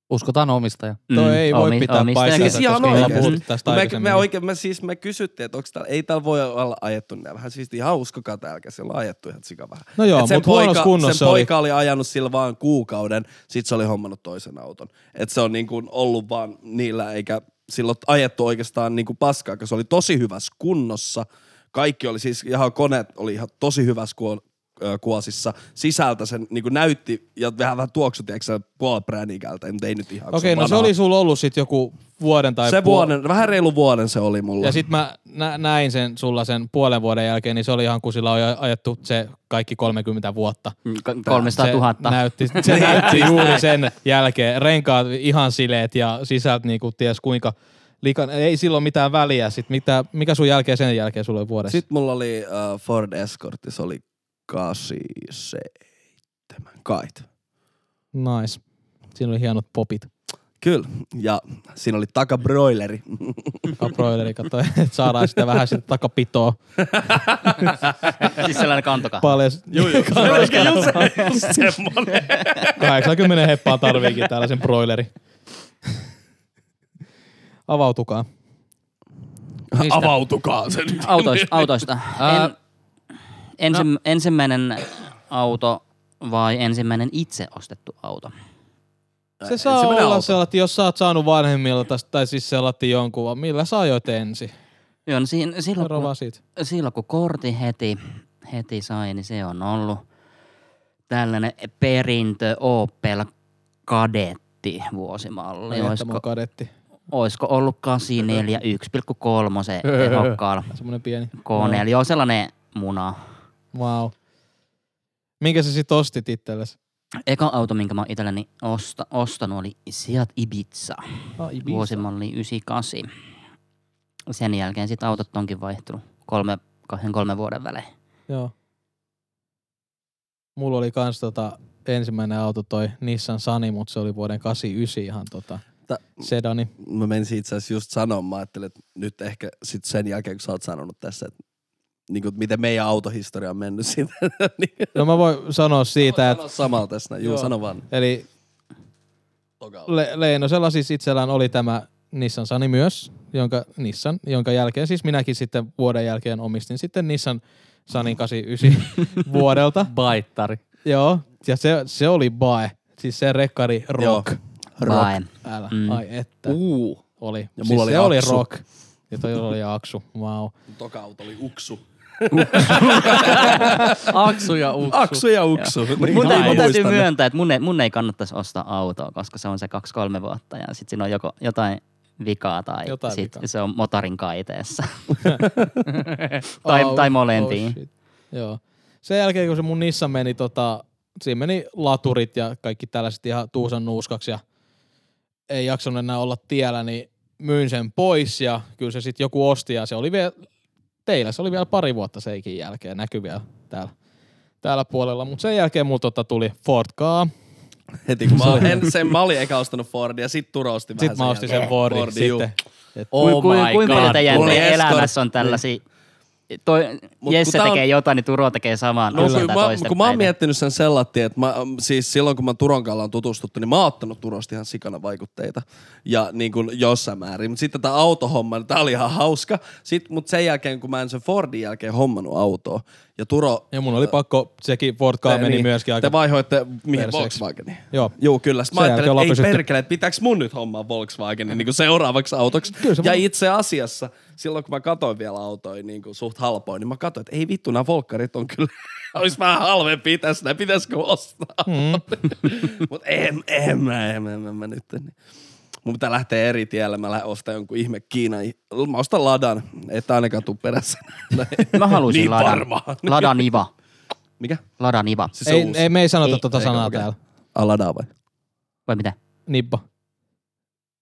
Uskotaan omistaja.
Toi ei voi
Mm. omi-
pitää
omistaja
paikkaa.
Siis
kertoo,
ihan
koska ei
Me
oikeesti.
ollaan
ole
puhuttu tästä
me, me,
aikaisemmin.
oikein, me, siis me kysyttiin, että onko täällä, ei täällä voi olla ajettu näin vähän. Siis ihan uskokaa täälläkin, siellä on ajettu ihan sika vähän.
No joo,
Et sen,
mut huonossa
poika,
kunnossa
sen
oli.
poika oli ajanut sillä vaan kuukauden, sit se oli hommannut toisen auton. Et se on niin kuin ollut vaan niillä, eikä silloin ajettu oikeastaan niin kuin paskaa, koska se oli tosi hyvässä kunnossa. Kaikki oli siis, ihan koneet oli ihan tosi hyvässä kuo, ö, kuosissa. Sisältä sen niin kuin näytti ja vähän, vähän tuoksu, tiedätkö sä, puolen ikältä, mutta ei nyt ihan. kun
Okei, no se
vanha.
oli sulla ollut sit joku vuoden tai
se
puol-
vuoden, vähän reilu vuoden se oli mulla.
Ja sit mä nä- näin sen sulla sen puolen vuoden jälkeen, niin se oli ihan kun sillä on ajettu se kaikki 30 vuotta.
Mm, 300 000.
Se näytti, se näytti juuri sen jälkeen. Renkaat ihan sileet ja sisältä niinku ties kuinka likan, ei silloin mitään väliä. Sit mitä, mikä sun jälkeen sen jälkeen sulla oli vuodessa?
Sitten mulla oli äh, Ford Escort, ja se oli 87 kait.
Nice. Siinä oli hienot popit.
Kyllä, ja siinä oli takabroileri.
Broileri katsoi, että saadaan sitä vähän sitä takapitoa.
Siis sellainen kantokahva.
Paljon. Joo, joo.
Eikä just semmonen.
80 heppaa tarviikin tällaisen broileri. Avautukaa.
Mistä?
Avautukaa se nyt.
Autoista. autoista.
Ää,
en, ensi,
No.
ensimmäinen auto vai ensimmäinen itse ostettu auto?
Äh,
Se saa
Ensimmäinen
olla
auto.
sellainen, jos sä oot saanut vanhemmilta, tai siis sellainen jonkun, vaan millä sä ajoit ensin?
Joo, no siinä, silloin,
Kerro
kun,
vaan siitä.
silloin kun kortin heti, heti sai, niin se on ollut tällainen perintö Opel kadetti vuosimalli.
Olisiko...
Olisiko,
kadetti.
olisiko ollut 84 1,3 tehokkaalla
Semmoinen pieni.
koneella. Joo, sellainen muna.
Wow. Minkä sä sit ostit itsellesi?
Eka auto, minkä mä oon itselleni osta, ostanut, oli Seat Ibiza.
Ah, Ibiza.
vuosimalli 98. Sen jälkeen sit autot onkin vaihtunut kolme, kahden kolmen vuoden välein.
Joo. Mulla oli kans tota, ensimmäinen auto toi Nissan Sunny, mutta se oli vuoden 89 ihan tota
Ta-
sedani.
Mä menisin itse asiassa just sanomaan, mä ajattelin, että nyt ehkä sit sen jälkeen, kun sä oot sanonut tässä, että niin kuin, miten meidän autohistoria on mennyt siitä. niin,
No mä voin sanoa siitä, että
sano samalla tässä näin. Juu,
Joo.
sano vaan.
eli Le- Leinosella siis itsellään oli tämä Nissan Sani myös, jonka, Nissan, jonka jälkeen siis minäkin sitten vuoden jälkeen omistin sitten Nissan Sanin 89 vuodelta.
Baittari.
Joo, ja se, se oli bae. Siis se rekkari rock.
Joo.
Vai.
Älä,
Mm.
ai että.
Uu.
Oli. Ja
Ja
siis
mulla
se
oli
oli
Aksu.
rock. Ja toi oli aksu. Wow.
Toka auto oli uksu.
Aksu ja uksu.
Aksu ja uksu. Niin,
Mun,
mä
tä- mun täytyy
muistan ne.
myöntää, että mun ei, mun ei kannattaisi ostaa autoa, koska se on se kaksi-kolme vuotta ja sit siinä on joko jotain vikaa tai
Jotain
sit
vikaa.
se on motorin kaiteessa. tai,
Au,
tai molempiin.
oh shit. Joo. Sen jälkeen, kun se mun Nissan meni, tota, siinä meni laturit ja kaikki tällaiset ihan tuusan nuuskaksi ja ei jaksanut enää olla tiellä, niin myin sen pois ja kyllä se sitten joku osti ja se oli vielä teillä, se oli vielä pari vuotta seikin jälkeen, näkyy vielä täällä, täällä puolella, mutta sen jälkeen mulla tota tuli Ford Kaa,
Heti kun mä, en, sen, mä olin eka ostanut Fordia, sit Turo osti vähän
sitten mä ostin sen Fordin,
Fordi, juu.
sitten. Et,
Oh my
kuin, kuinka paljon
God.
teidän
Mulla oli
teidän
Escort.
elämässä on tällaisia... Toi,
niin. Mut
Jesse
kun tää on-
tekee jotain, niin Turo tekee samaan.
No, kun, mä,
toista
kun mä oon miettinyt sen sellatti, että mä, mm, siis silloin kun mä Turon kanssa on tutustuttu, niin mä oon ottanut Turosta ihan sikana vaikutteita. Ja niin kuin jossain määrin. Mutta sitten tämä autohomma, niin tää oli ihan hauska. Sitten, mutta sen jälkeen, kun mä en sen Fordin jälkeen hommannut autoa, ja Turo...
ja mun oli pakko, sekin Ford Kaa
te-
meni
niin,
myöskin aika...
Te vaihoitte mihin
perseeksi.
Volkswageniin.
Joo.
Joo, kyllä. Sitten mä
Sen
ajattelin,
jälkeen ollaan
että ei
pysytty.
perkele, että pitääkö mun nyt hommaa Volkswagenin niin kuin seuraavaksi autoksi.
se
ja
voi-
itse asiassa, silloin kun mä katsoin vielä autoja niin kuin suht halpoin, niin mä katsoin, että ei vittu, nämä Volkkarit on kyllä, olisi vähän halvempi tässä, nää pitäisikö ostaa.
Mm.
Mutta en, en mä, en mä, en mä, en mä nyt. Niin. Mun pitää lähteä eri tielle, mä lähden ostaa jonkun ihme Kiinan. Mä ostan ladan, että ainakaan tuu perässä.
Mä haluaisin
niin
Ladan,
varmaan.
Ladan Iva.
Mikä?
Ladan Iva.
Siis se
ei,
uusi.
ei, me ei sanota
Ei,
tota
eikö,
sanaa
okei.
täällä.
Ah, ladaa vai?
Vai mitä?
Nibba.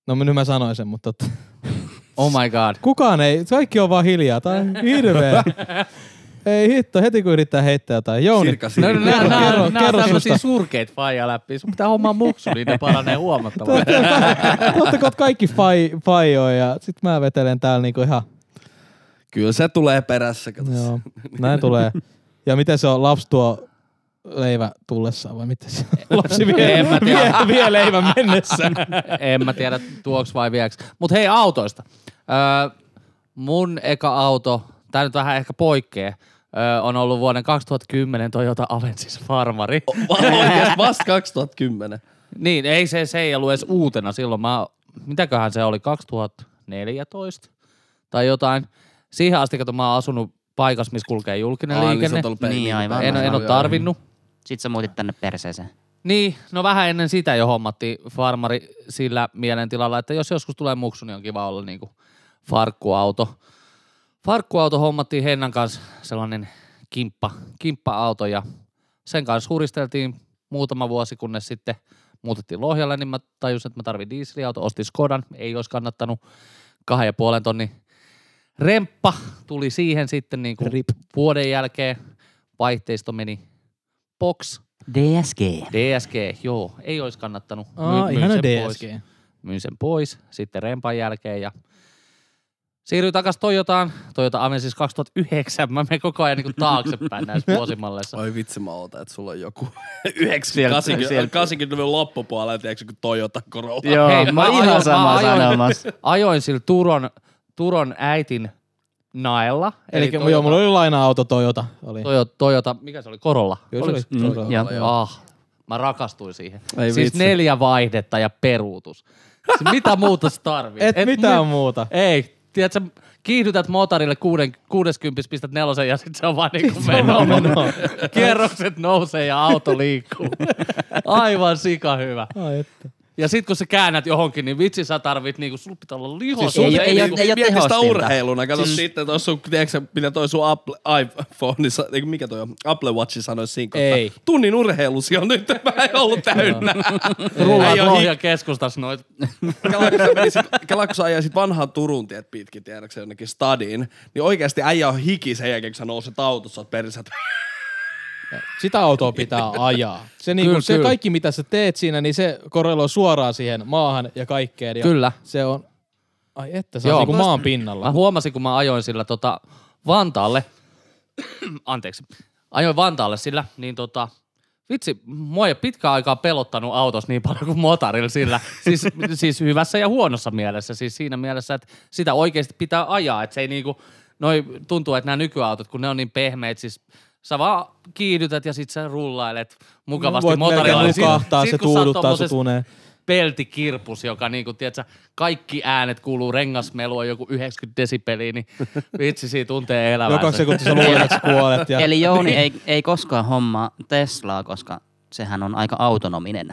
No nyt mä sanoin sen, mutta totta.
Oh my god.
Kukaan ei, kaikki on vaan hiljaa. Tää on hirveä. ei hitto, heti kun yrittää heittää jotain. Jouni,
Sirka,
No,
sirka.
nää, nää,
kerro-
kerro, nää
kerro
on tämmösiä
susta.
surkeita faija läpi. Sun pitää hommaa muksu, niin ne paranee huomattavasti.
totta kai kaikki fai, fajoja ja sit mä vetelen täällä niinku ihan
Kyllä se tulee perässä. kato.
Joo, näin tulee. Ja miten se on, lapsi tuo leivä tullessaan vai miten se lapsi vie,
En mä
vie,
tiedä.
vie leivän mennessä?
en mä tiedä tuoks vai vieks. Mut hei autoista. Öö, mun eka auto, tää nyt vähän ehkä poikkee, öö, on ollut vuoden 2010 Toyota Avensis Farmari.
Oikeasti vasta 2010.
Niin, ei se, se ei ollut edes uutena silloin. Mä, mitäköhän se oli, 2014 tai jotain. Siihen asti, kun mä oon asunut paikassa, missä kulkee julkinen
Ai, niin sä
liikenne.
oot ollut
Niin,
peiliin
aivan.
päin.
en, oo- en ole tarvinnut.
Sitten sä muutit tänne perseeseen.
Niin, no vähän ennen sitä jo hommattiin farmari sillä mielentilalla, että jos joskus tulee muksu, niin on kiva olla niinku farkkuauto. Farkkuauto hommattiin Hennan kanssa sellainen kimppa, kimppa-auto ja sen kanssa huristeltiin muutama vuosi, kunnes sitten muutettiin Lohjalle, niin mä tajusin, että mä tarvin dieseliauto, ostin Skodan, ei olisi kannattanut kahden ja puolen tonnin remppa tuli siihen sitten niin kuin
Rip.
vuoden jälkeen, vaihteisto meni box,
DSG.
DSG, joo, ei olisi kannattanut.
Aa,
Myin- myin
ihana
sen
DSG.
Pois. Myin sen pois, sitten rempan jälkeen ja siirryin takaisin Toyotaan. Toyota Avensis 2009, mä menen koko ajan niin taaksepäin näissä vuosimalleissa.
Oi vitsi, mä ootan, että sulla on joku 80 80-luvun loppupuolella, tiedätkö, kun Toyota Corolla.
Joo,
Hei,
mä oon ihan samaa sanomassa.
ajoin sillä Turon, Turon äitin naella.
Eli
Toyota-
joo, mulla oli laina-auto Toyota. Oli.
Toyota, Toyota, mikä se oli, Korolla?
Kyllä se oli
Mm,
Toyota.
joo.
Ah, mä rakastuin siihen.
Ei
siis
vitsi.
neljä vaihdetta ja peruutus. Siis mitä muuta sä tarvit?
Et, mitään muuta.
Ei, tiedätkö, kiihdytät motorille kuuden, 60, pistät nelosen ja sitten se on vaan niinku meno. meno. Kierrokset nousee ja auto liikkuu. Aivan sika hyvä.
Ai, että.
Ja sit kun sä käännät johonkin, niin vitsi sä tarvit niinku, sulla pitää olla lihoa.
Siis ei- ei-
niinku,
ei- oo
Mieti sitä
tehostinta.
urheiluna. Kato sitten, tuossa sun, tiedätkö, sä, mitä toi sun Apple, iPhone, eikö mikä toi on, Apple Watch sanoi siinä
Ei.
kohtaa. Tunnin urheilusi on nyt vähän ollut täynnä.
rullaat
Ei oo
lohja keskustassa noit.
Kela, kun sä menisit- Kela, kun sä ajaisit vanhaa Turun tiet pitkin, tiedätkö jonnekin stadiin, niin oikeasti äijä on hiki sen jälkeen, kun sä nouset autossa, oot perissä, että
Sitä autoa pitää ajaa. Se, niinku,
Kyllä,
se
kyllä.
kaikki, mitä sä teet siinä, niin se korreloi suoraan siihen maahan ja kaikkeen. Ja
Kyllä.
Se on, ai että, se
Joo.
on niinku maan pinnalla.
Mä huomasin, kun mä ajoin sillä tota Vantaalle, anteeksi, ajoin Vantaalle sillä, niin tota, vitsi, mua ei ole pitkään aikaa pelottanut autossa niin paljon kuin motarilla sillä. Siis, siis hyvässä ja huonossa mielessä, siis siinä mielessä, että sitä oikeasti pitää ajaa, että se ei niinku, noi tuntuu, että nämä nykyautot, kun ne on niin pehmeät, siis sä vaan kiihdytät ja sit sä rullailet mukavasti
Voit melkein
motorilla. Niin sit-
nukahtaa,
sit
se
kun sä oot
tuuduttaa sut
tommosessa
uneen.
peltikirpus, joka niinku, tiedätkö, kaikki äänet kuuluu, rengasmelu on joku 90 desibeliä, niin vitsi, siinä tuntee elämänsä.
Joka sekunti sä luulet, että sä kuolet. Ja...
Eli Jouni ei, ei koskaan hommaa Teslaa, koska sehän on aika autonominen.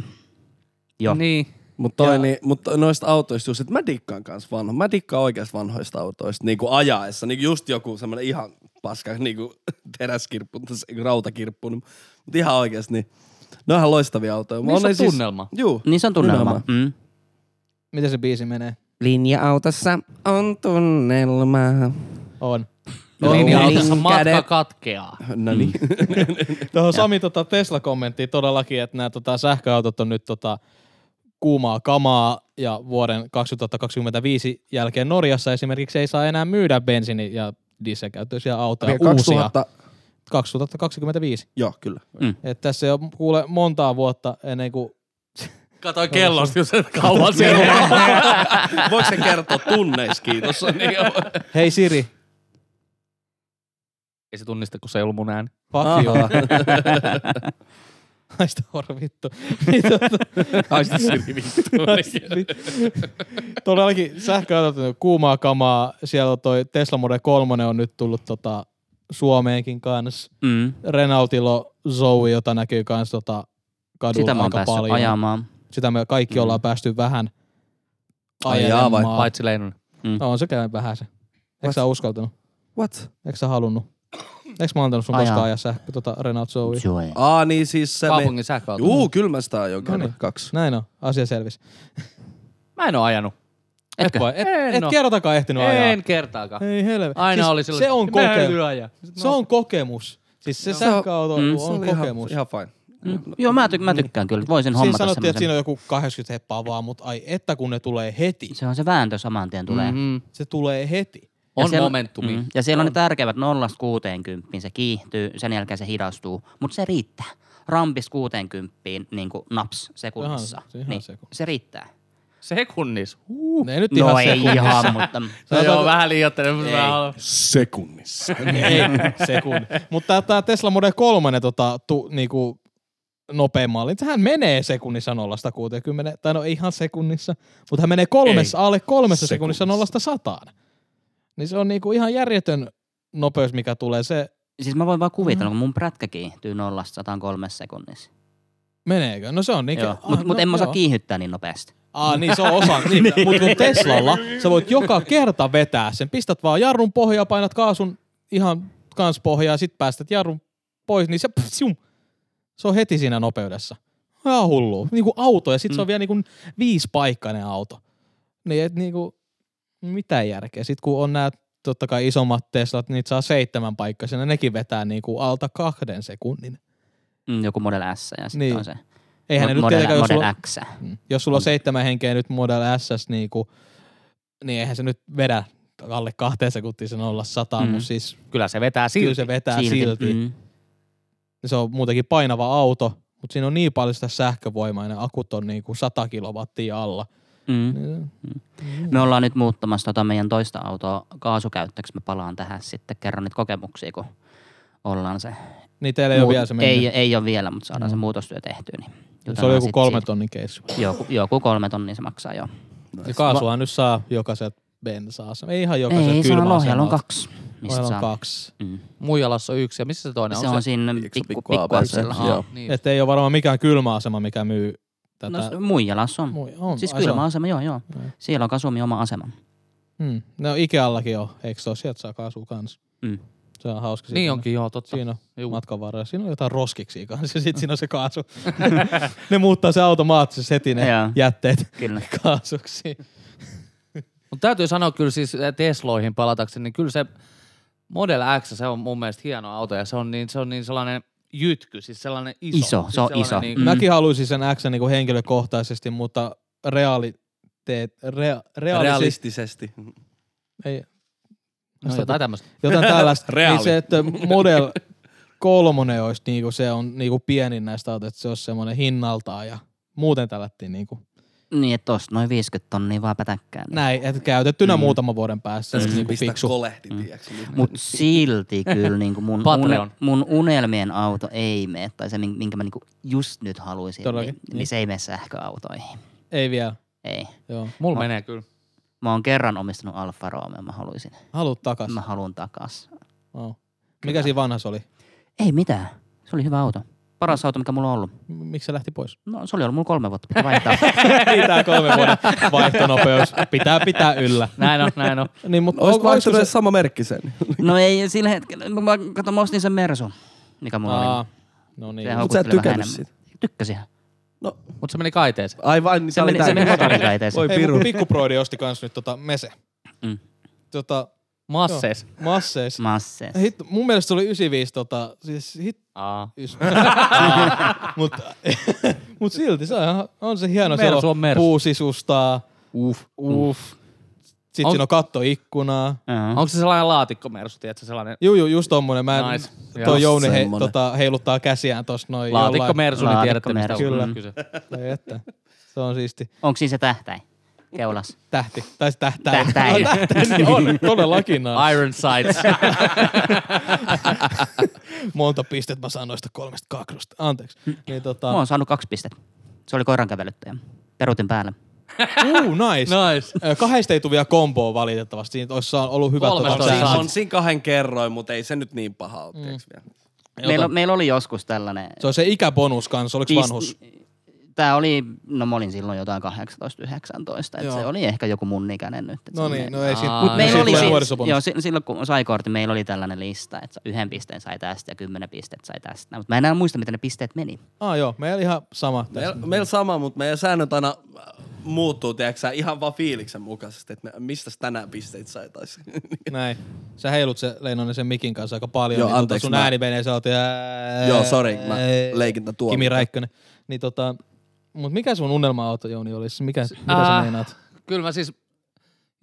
Jo. Niin.
Niin.
Mutta toi, niin, mut noista autoista just, että mä dikkaan kans vanho. Mä dikkaan oikeasti vanhoista autoista niinku ajaessa. Niinku just joku semmonen ihan paska niinku teräskirppu, tässä rautakirppu. Niin, mutta ihan oikeasti, niin ne on ihan loistavia autoja. Mä
Niissä
oon
on
ne
tunnelma.
Juu.
Niin se on tunnelma. Mm.
Miten se biisi menee?
Linja-autossa on tunnelmaa.
On.
No, Linja-autossa
Niin,
matka
kädet-
katkeaa.
No niin.
Tuohon Sami tota Tesla-kommenttiin todellakin, että nämä tota, sähköautot on nyt tota, kuumaa kamaa ja vuoden 2025 jälkeen Norjassa esimerkiksi ei saa enää myydä bensiini- ja dieselkäyttöisiä autoja uusia.
2000.
2025.
Joo, kyllä.
Et tässä ei ole kuule montaa vuotta ennen kuin...
Katoi kellosta, jos et kauan siellä on.
Voiko se kertoa tunneissa, kiitos.
niin
Hei Siri,
Ei se tunnista, kun se ei ollut mun ääni.
fuck you. Ai sitä horvittu.
Haista Siri
Todellakin sähköautot on kuumaa kamaa. Siellä on toi Tesla Model 3 on nyt tullut tota Suomeenkin kanssa.
Mm.
Renaultilla on Zoe, jota näkyy kans tota kadulla
Sitä mä oon
aika
päässyt
paljon.
ajamaan. Mm.
Sitä me kaikki ollaan päästy vähän
Ajaa vai-
ajelemaan.
Paitsi Leinonen.
No on se käynyt vähän se. Eikö sä uskaltanut?
What?
Eikö sä halunnut? Eikö mä antanut sun
Ajaa.
koskaan ajaa sähkö, tota Renault Zoe?
Joy.
Aa, niin siis se...
Kaupungin sähköauto.
Juu, kyllä mä sitä aion
Noniin.
käydä. Kaksi.
Näin on, asia selvisi.
Mä en oo ajanut.
Et, vai, et,
En
et
oo.
kertakaan ehtinyt ajaa.
En kertaakaan.
Ei helvetti.
Aina oli silloin,
Siis se on,
että mä en
kokemus.
lyö ajaa. Sitten mä
se on kokemus. Siis se sähköauto
Mm.
on
Se
Oli
kokemus.
Ihan, ihan fine.
Mm. Joo, mä, tyk- mä tykkään kyllä. Voisin
Siinä
hommata
sanottiin,
semmoisen.
että siinä on joku 80 heppaa vaan, mutta ai että kun ne tulee heti.
Se on se vääntö saman tien tulee. Mm-hmm.
Mm.
Se tulee heti.
On
siellä-
momentumi.
Mm, ja siellä on, ne tärkevät 0 60, se kiihtyy, sen jälkeen se hidastuu, mutta se riittää. Rampis 60 niin kuin naps sekunnissa.
Ihan- ihan
niin,
sekunnissa.
se riittää.
Sekunnis. Huh.
Ne ei nyt ihan
No
se.
ei ihan, mutta
Se on vähän liioittanut.
Ei.
Sekunnissa.
Niin.
Ei, sekun. Mutta tämä Tesla Model 3 tota, tu, niinku, nopein malli, sehän menee sekunnissa nollasta 60, tai no ei ihan sekunnissa, mutta hän menee kolmessa, alle kolmessa sekunnissa,
Sekunnissa.
nollasta sataan. Niin se on niinku ihan järjetön nopeus, mikä tulee. Se
Siis mä voin vaan kuvitella, kun mun prätkä kiihtyy nollasta 103 sekunnissa.
meneekö? No se on niinku...
Joo. Mut, mut en mä osaa kiihdyttää niin nopeasti.
Ah, niin se on osa. Niin, mutta kun Teslalla sä voit joka kerta vetää sen. Pistät vaan jarrun pohjaa, painat kaasun ihan kans pohjaa, sit päästät jarrun pois, niin se, psium, se on heti siinä nopeudessa. Ihan hullu. Niinku auto, ja sit se on vielä niinku viisipaikkainen auto. Niin et niinku, mitä järkeä. Sit kun on nää totta kai isommat Teslat, niitä saa seitsemän paikkaisena, nekin vetää niinku alta kahden sekunnin.
Mm, Joku Model S ja sitten
Niin.
on se.
Eihän ne
Mo-
nyt
Model,
tietenkään, jos sulla,
Model X.
Mm. Jos
Niin.
sulla on seitsemän henkeä nyt Model SS, niin, kuin, niin eihän se nyt vedä alle kahteen sekuntiin sen olla sataan,
Mm.
mm. mutta siis
Kyllä se vetää
kyllä
silti.
se vetää silti. silti. Mm.
Mm.
Se on muutenkin painava auto, mutta siinä on niin paljon sitä sähkövoimaa ja ne akut on niin kuin 100 kilowattia alla.
Mm.
Niin-
Me ollaan nyt muuttamassa tota meidän toista autoa kaasukäyttäjäksi. Mä palaan tähän sitten, kerron niitä kokemuksia, kun ollaan se.
Niin teillä ei ole vielä se
ei,
mennyt. No.
ei ole vielä, mutta saadaan se muutostyö tehtyä. Niin
se oli
jutellaan
joku
sit
kolme
siitä.
tonnin keissu.
Joku, joku kolme tonnia se maksaa joo.
Ja kaasuahan nyt saa jokaiset bensaa. Ei ihan jokaiset
Ei, se on
kylmäasemalta.
Lohjalla on kaksi. Mistä
Lohjalla on No,
saa?
kaksi.
Mm.
Muijalassa on yksi. Ja missä se toinen
Se on siinä
pikku-
pikku, pikku,
pikkuapersella?
pikku
Joo.
Niin.
Että ei ole varmaan mikään kylmäasema, mikä myy tätä.
No, s- Muijalassa on.
Mui- on.
Siis
Ai, se on.
kylmäasema, joo joo.
Joo.
Siellä on Kasumi oma asema.
Mm. No Ikeallakin on, eikö se ole? Sieltä saa kaasua kans.
Mm.
Se on hauska. Siinä
Niin
on-
onkin, joo, totta.
Siinä on
Juu.
matkan varrella. Siinä on jotain roskiksi kanssa ja sitten siinä on se kaasu. ne muuttaa se automaattisesti heti ne
Joo.
jätteet
Kyllä.
kaasuksi.
Mutta täytyy sanoa kyllä siis Tesloihin palatakseni, niin kyllä se Model X, se on mun mielestä hieno auto ja se on niin, se on niin sellainen jytky, siis sellainen iso.
Iso,
siis
se on
sellainen
iso.
Niin,
Mm.
Mm. Mäkin haluaisin sen X niinku henkilökohtaisesti, mutta realiteet, rea, realisi,
Realistisesti. Mm.
ei,
no, jotain tämmöistä.
jotain tällaista. niin
Reaali.
se, että Model kolmonen olisi niinku, se on niinku pienin näistä autoista, se olisi semmoinen hinnaltaan ja muuten tällättiin niinku
Niin, että tosta noin 50 tonnia vaan pätäkkään. Niin.
Näin, että käytettynä mm. muutaman vuoden päässä.
Tässä
Mm. Niin
niin
kuin
pistää
fiksu.
kolehti,
Mm.
tiiäks.
Mut silti kyllä niin kuin mun,
Patreon.
mun unelmien auto ei mene, tai se min- minkä mä niin kuin just nyt haluaisin,
Todellakin,
niin, niin, se ei mene sähköautoihin.
Ei vielä.
Ei.
Joo.
No.
Mulla menee kyllä.
Mä oon kerran omistanut Alfa Romeo, mä haluaisin.
Haluat takas.
Mä haluan takas.
Oh. Mikä siinä vanhassa oli?
Ei mitään. Se oli hyvä auto. Paras auto, mikä mulla on ollut.
M- Miksi se lähti pois?
No, se oli ollut mulla kolme vuotta. Pitää vaihtaa.
niin tää kolmen vuoden vaihtonopeus pitää pitää yllä.
Näin on, näin on.
Niin, mutta
Olisiko
olisiko
vaihtunut
se...
edes sama merkki sen?
no ei sillä hetkellä. Mä, mä, kato, mä ostin sen Mersun, mikä mulla oli.
Aa, no niin.
Se
Mut sä et
houkutteli vähän
tykännyt
enemmän.
siitä.
Tykkäsin.
Mutta se meni kaiteeseen.
Ai vain, niin
Se meni, se meni motorikaiteeseen.
Voi
Ei,
piru.
mun pikkuproidi osti kans nyt tota mese.
Mm.
Tota,
Massees.
masseis.
Masseessa.
Hit, mun mielestä se oli 95 tota, siis hit,
Aa.
Ys- mutta mut silti se on, ihan- on se hieno.
Mersu
Siellä
on mersu.
puusisustaa. Uff. Uff. Sitten
On-
siinä on kattoikkunaa.
Joo.
Onko se sellainen laatikkomersu, tiedätkö sellainen
Juu, juu, just tommonen. Mä en,
Nice. Joo.
Tuo Jouni he,
Semmonen.
tota, heiluttaa käsiään tossa noin
laatikkomersu, niin tiedätte mistä on kyllä.
Laatikkomersu, mm.
kyse.
jollain. Ei, että. Se on siisti.
Onko siinä se tähtäin? Keulas.
Tähti. Tai se tähtäin.
Tähtäin.
Niin on, todellakin on.
Iron Sights.
Monta pistettä mä saan noista kolmesta kakrosta. Anteeksi. Niin
Mä
tota,
oon saanut kaksi pistettä. Se oli koiran kävelyttäjä. Perutin päälle.
uu, nice.
nice.
Ö, Kahdesta ei tule vielä komboa valitettavasti. Siinä olisi saanut- ollut hyvä
Kolmesta
tota-
olisi
Siinä
saanut.
Siis on siinä kahden kerroin, mutta ei se nyt niin paha ole, tiiäks vielä.
Meillä, meillä oli joskus tällainen.
Se on se ikäbonus kanssa, oliko
Pist-
vanhus?
Tää oli, no mä olin silloin jotain 18-19, että
Joo.
se oli ehkä joku mun ikäinen nyt. et
No
se menee-
niin, no ei siinä.
Aa,
Mut
Ai,
meillä
siitä
oli
tulee
siis,
nuorisobonus.
joo, si- silloin kun sai kortin, meillä oli tällainen lista, että yhden pisteen sai tästä ja kymmenen pistettä sai tästä. Mutta mä enää muista, miten ne pisteet meni.
Ah, joo, meillä ihan sama.
Meillä meil sama, mutta meidän säännöt aina äh, muuttuu, tiiäksä, ihan vaan fiiliksen mukaisesti, että mistä tänään pisteitä saitaisiin.
Näin. Sä heilut se Leinonen sen mikin kanssa aika paljon.
Joo,
niin tota
anteeksi,
Sun
mä-
ääni menee, sä oot ja...
Joo, sorry, mä leikin tän tuomion.
Kimi Räikkönen. Niin tota, mut mikä sun unelma-auto, Jouni, olisi? Mikä, mitä sä
Ah.
meinaat?
Kyllä mä siis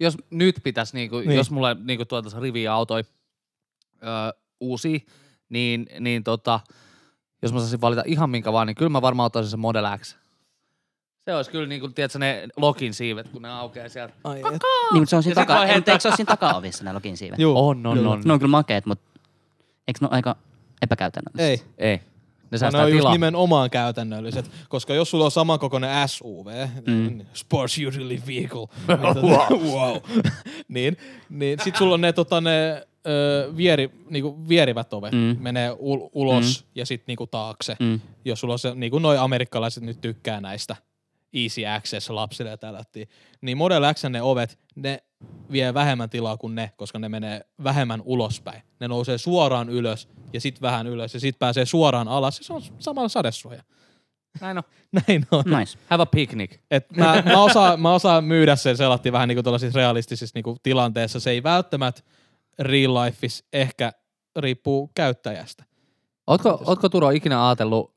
jos nyt pitäisi, niinku,
Niin.
niin. jos mulle niinku tuotaisiin riviautoja öö, uusi, niin, niin tota, jos mä saisin valita ihan minkä vaan, niin kyllä mä varmaan ottaisin sen Model X. Se olisi kyllä, niinku, tiedätkö, ne lokin siivet, kun ne aukeaa sieltä.
Ai, et,
Niin, mutta se on
Ja
siinä
sit
takaa,
voi
ei, mutta
heittää-
eikö se ole siinä takaovissa ne login siivet?
juu.
On, on,
Kyllä.
on.
Ne on kyllä makeet, mutta eikö ne ole aika epäkäytännöllisiä?
Ei.
Ei. Ne
Ne
säästää
on just
tilaa.
nimenomaan käytännölliset, koska jos sulla on samankokoinen SUV, mm. Sports Utility Vehicle, niin tota- wow. niin, niin sit sulla on ne, tota, ne ö, vieri, niinku vierivät ovet, mm. menee ul- ulos mm. ja sit niinku taakse. Mm. Jos sulla on se, niinku noi amerikkalaiset nyt tykkää näistä easy access lapsille ja tällä, niin Model X ne ovet, ne vie vähemmän tilaa kuin ne, koska ne menee vähemmän ulospäin. Ne nousee suoraan ylös ja sit vähän ylös ja sit pääsee suoraan alas ja se on samalla sadesuoja.
Näin on.
Näin on.
Nice.
Have a picnic.
Et mä, mä, osaan, mä osaan myydä sen selatti vähän niinku tällaisissa realistisissa niinku tilanteessa. Se ei välttämättä real lifeissa ehkä riippuu käyttäjästä.
Ootko, ootko Turo ikinä ajatellut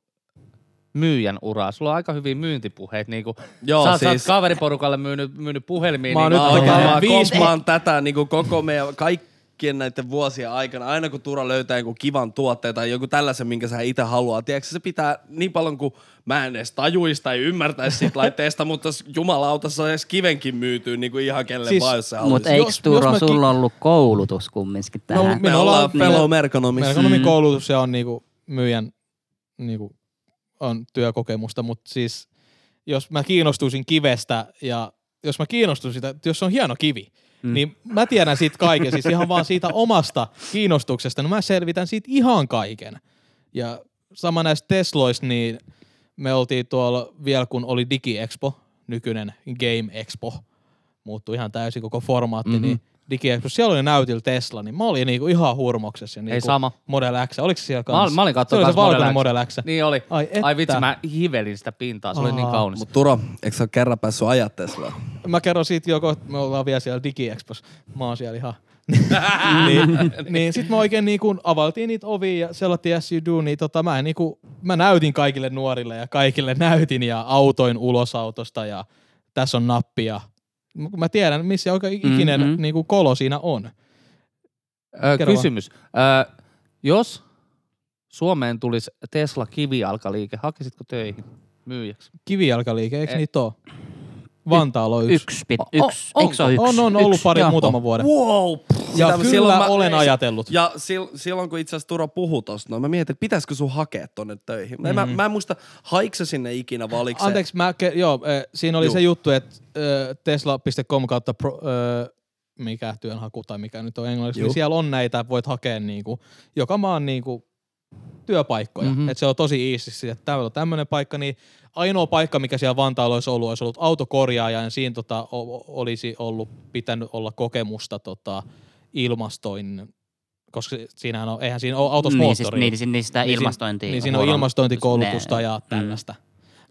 myyjän uraa? Sulla on aika hyviä myyntipuheet. Niin kuin,
Joo,
sä, oot- sä oot
siis-
kaveriporukalle myynyt, myynyt puhelmiin.
Mä oon
niin,
nyt
Mä
kuin-
oon,
Okei.
mä,
Viisi-
oon- mä oon tätä niin kuin koko meidän kaikkien näiden vuosien aikana. Aina kun Tura löytää jonkun kivan tuotteen tai joku tällaisen, minkä sä itse haluaa. Tiedätkö, se pitää niin paljon kuin mä en edes tajuisi tai ymmärtäisi siitä laitteesta, mutta s- jumalauta se on edes kivenkin myytyy niin kuin ihan kelle
Siis-
siis, vaan, jos sä haluaisit.
Mutta
ei- Jos-
eikö
jos
Turo,
mä ki- No,
sulla ollut koulutus kumminkin tähän?
Me
Minulla
ollaan
on- meillä-
fellow merkonomissa.
Meillä on koulutus ja on niinku myyjän niinku, on työkokemusta, mutta siis jos mä kiinnostuisin kivestä ja jos mä kiinnostuisin sitä, jos se on hieno kivi, mm. niin mä tiedän siitä kaiken, siis ihan vaan siitä omasta kiinnostuksesta, no mä selvitän siitä ihan kaiken. Ja sama näistä Tesloista, niin me oltiin tuolla vielä kun oli DigiExpo, nykyinen Game Expo, muuttui ihan täysin koko formaatti,
Mhm.
mm-hmm. niin DigiExpo, siellä oli näytillä Tesla, niin mä olin niinku ihan hurmoksessa. ja Niinku
Ei sama.
Model X, oliko se siellä
Mä, ol-
kanssa?
mä olin
Se
katsoa
oli se valkoinen Model X.
Niin oli. Ai,
Ai että.
Ai vitsi, mä hivelin sitä pintaa. Se oli niin
Aa,
kaunis.
Mut Turo, eikö sä ole kerran päässyt ajaa Teslaa?
Mä kerron siitä jo kohta, me ollaan vielä siellä DigiExpos. Mä oon siellä ihan. niin, niin sit mä oikein niin kun availtiin niitä ovia ja sellattiin as you do, niin tota mä, en niin kun, mä näytin kaikille nuorille ja kaikille näytin ja autoin ulos autosta ja tässä on nappi ja kun mä tiedän, missä oikein ikinen
Mhm.
mm-hmm. niin kun kolo siinä on.
Ö,
Kerro vaan.
kysymys. Ö, jos Suomeen tulisi Tesla kivijalkaliike, hakisitko töihin myyjäksi?
Kivijalkaliike, eikö
Ei.
niitä oo? Vantaalla on yksi.
E- Yksi, pit,
O- o-
yksi, eikö se ole yksi?
On, on ollut
yksi.
pari
Joo.
muutaman vuoden.
Wow!
Ja
Sitä-
kyllä mä
mä-
olen ajatellut.
Ja sil, silloin kun itse asiassa Turo puhui tosta, no mä mietin, että pitäisikö sun hakea tonne töihin. Mm-hmm. Mä, mä en muista, haiko se sinne ikinä valiksi.
Anteeksi, mä, ke, joo, eh, siinä oli
Juu.
se juttu, että eh, tesla.com kautta pro, eh, mikä työnhaku tai mikä nyt on englanniksi,
Juu.
niin siellä on näitä, voit hakea niinku, joka maan niinku, työpaikkoja. Mm-hmm. Et se on tosi iisisti, että täällä on tämmöinen paikka, niin ainoa paikka, mikä siellä Vantaalla olisi ollut, olisi ollut autokorjaaja, ja siinä tota, o- o- olisi ollut pitänyt olla kokemusta tota, ilmastoin, koska siinähän on, eihän siinä ole autossa
Niin, siis,
moottoria.
niin, siis, niin sitä
Niin siinä-
ilmastointia.
Niin siinä on
huono-
ilmastointikoulutusta
ne-
ja tällaista.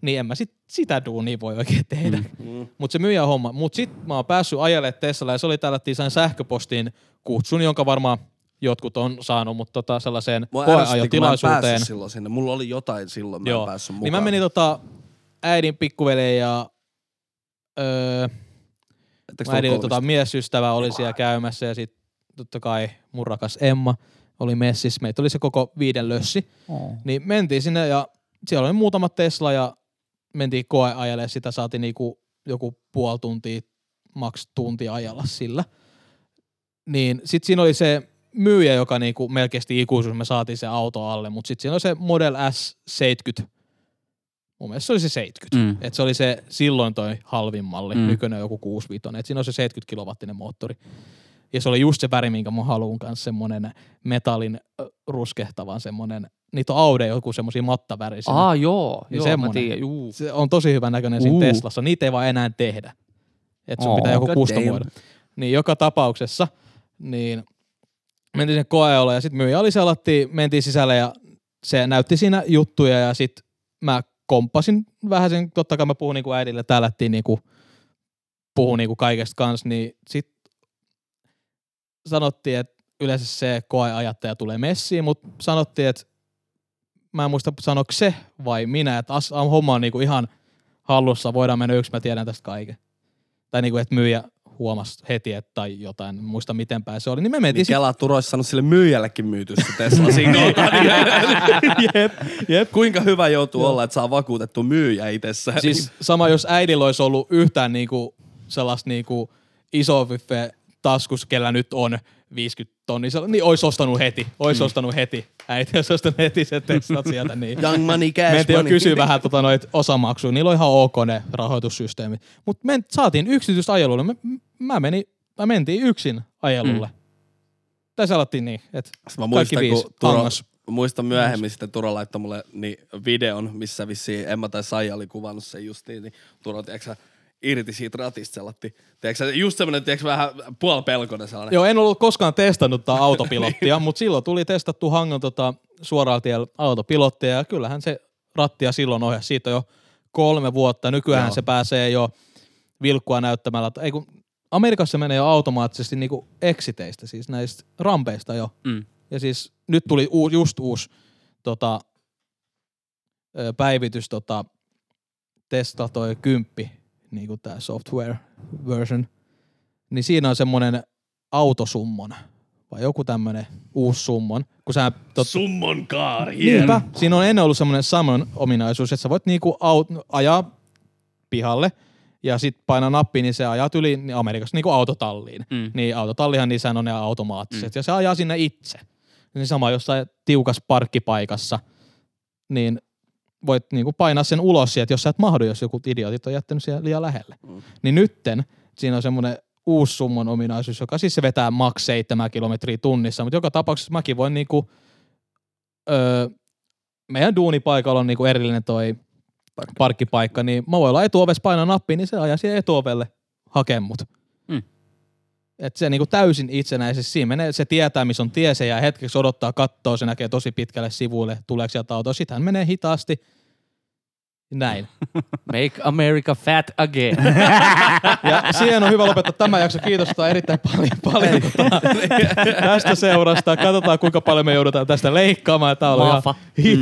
Niin en mä sit sitä duunia voi oikein tehdä. Mm. Mut se myyjä homma. Mut sit mä oon päässyt ajelemaan Tesla ja se oli tällä sain sähköpostiin kutsun, jonka varmaan jotkut on saanut, mutta tota sellaiseen
Mua ärsytti, kun mä en
koeajotilaisuuteen.
päässyt silloin sinne. Mulla oli jotain silloin, mä en päässyt mukaan.
Niin mä menin tota äidin pikkuveleen ja öö,
Etteikö
Mä äidin
tullut
tota,
kolmista?
miesystävä oli siellä käymässä ja sitten totta kai mun rakas Emma oli messissä. Meitä oli se koko viiden lössi.
Oo.
Niin mentiin sinne ja siellä oli muutama Tesla ja mentiin koeajalle. Sitä saatiin niinku joku puoli tuntia, maks tunti ajalla sillä. Niin sit siinä oli se myyjä, joka niinku melkeisesti ikuisuus, me saatiin se auto alle, mutta sitten siinä oli se Model S 70. Mun mielestä se oli se 70.
Mm.
Et se oli se silloin toi halvin malli,
Mm.
mm. nykyinen on joku 65, että siinä on se 70 kilowattinen moottori. Ja se oli just se väri, minkä mä haluan kanssa, semmonen metallin ö, ruskehtavan semmonen, niitä on Audi joku semmosia mattavärisiä.
Aa, joo.
Niin
joo
semmonen.
mä tiedän, juu.
Se on tosi hyvän näköinen siinä
Uu.
Teslassa, niitä ei vaan enää tehdä. Että sun
Oo,
pitää joku
god
kustomoida. Niin joka tapauksessa, niin mentiin sinne koeolle ja sitten myyjä oli selatti, mentiin sisälle ja se näytti siinä juttuja ja sitten mä komppasin vähän sen, totta kai mä puhun niinku äidille, täällä lähtiin niinku, puhun niinku kaikesta kanssa, niin sit sanottiin, että yleensä se koeajattaja tulee messiin, mutta sanottiin, että mä en muista sanoiko se vai minä, että as, homma on niinku ihan hallussa, voidaan mennä yksi, mä tiedän tästä kaiken. Tai niinku, että myyjä huomasi heti, että tai jotain, en muista miten päin se oli, niin me mentiin
Niin
sit- Niin.
Kela Turo olisi saanut sille myyjällekin myytystä Tesla singolta. jep, jep. Kuinka hyvä joutuu olla, että saa vakuutettu myyjä itsessään.
Siis sama, jos äidillä olisi ollut yhtään niinku sellaista niinku iso viffe taskus, kellä nyt on 50 tonnia, sella- niin olisi ostanut heti. Olisi
Mm.
ostanut heti. Äiti olisi ostanut heti se testat sieltä. Niin.
Young money, cash
Mentiin jo
money.
kysyä vähän tota, noit osamaksuja. Niillä on ihan ok ne rahoitussysteemit. Mutta me saatiin yksityistä ajelulle. Me, mä, meni, mä mentiin yksin ajelulle. Mm. Tässä alattiin niin, että
Sitten mä
kaikki
muistan,
viisi.
kun Turo,
Annos.
muistan myöhemmin sitten Turo laittoi mulle niin videon, missä vissiin Emma tai Saija oli kuvannut sen justiin, niin Turo, tiiäksä, irti siitä ratista sellatti. Tiiäksä, just semmonen, tiiäksä, vähän puolipelkonen sellainen.
Joo, en ollut koskaan testannut tää autopilottia, mutta silloin tuli testattu Hangon tota, suoraan tiellä autopilottia, ja kyllähän se rattia silloin ohjasi. Siitä on jo kolme vuotta. Nykyään se pääsee jo vilkkua näyttämällä. Ei kun Amerikassa se menee jo automaattisesti niinku exiteistä, siis näistä rampeista jo.
Mm.
Ja siis nyt tuli uu, just uusi tota, ö, päivitys, tota, Tesla toi kymppi, niin kuin tämä software version, niin siinä on semmoinen autosummon, vai joku tämmöinen uusi summon, kun sä tot,
Summon car
Niinpä. Siinä on ennen ollut semmoinen summon ominaisuus, että sä voit niinku au, ajaa pihalle ja sit painaa nappi, niin se ajaa yli niin Amerikassa niinku autotalliin.
Mm.
Niin autotallihan niissä on ne automaattiset mm. ja se ajaa sinne itse. Niin sama jossain tiukas parkkipaikassa, niin voit niinku painaa sen ulos sieltä, jos sä et mahdu, jos joku idiotit on jättänyt siellä liian lähelle. Mm. Niin nytten siinä on semmoinen uusi summon ominaisuus, joka siis se vetää maks 7 kilometriä tunnissa, mutta joka tapauksessa mäkin voin niinku, öö, meidän duunipaikalla on niinku erillinen toi parkkipaikka, niin mä voin olla etuoves painaa nappiin, niin se ajaa siihen etuovelle hakemut.
Mm.
Et se niinku täysin itsenäisesti siinä menee, se tietää missä on tie, se jää hetkeksi odottaa, kattoo, se näkee tosi pitkälle sivuille, tuleeko sieltä autoa, sitten hän menee hitaasti, näin.
Make America fat again.
Ja siihen on hyvä lopettaa tämä jakso. Kiitos tää on erittäin paljon, paljon tota, tästä seurasta. Katsotaan, kuinka paljon me joudutaan tästä leikkaamaan. Tää oli ihan
Maafa.
hi-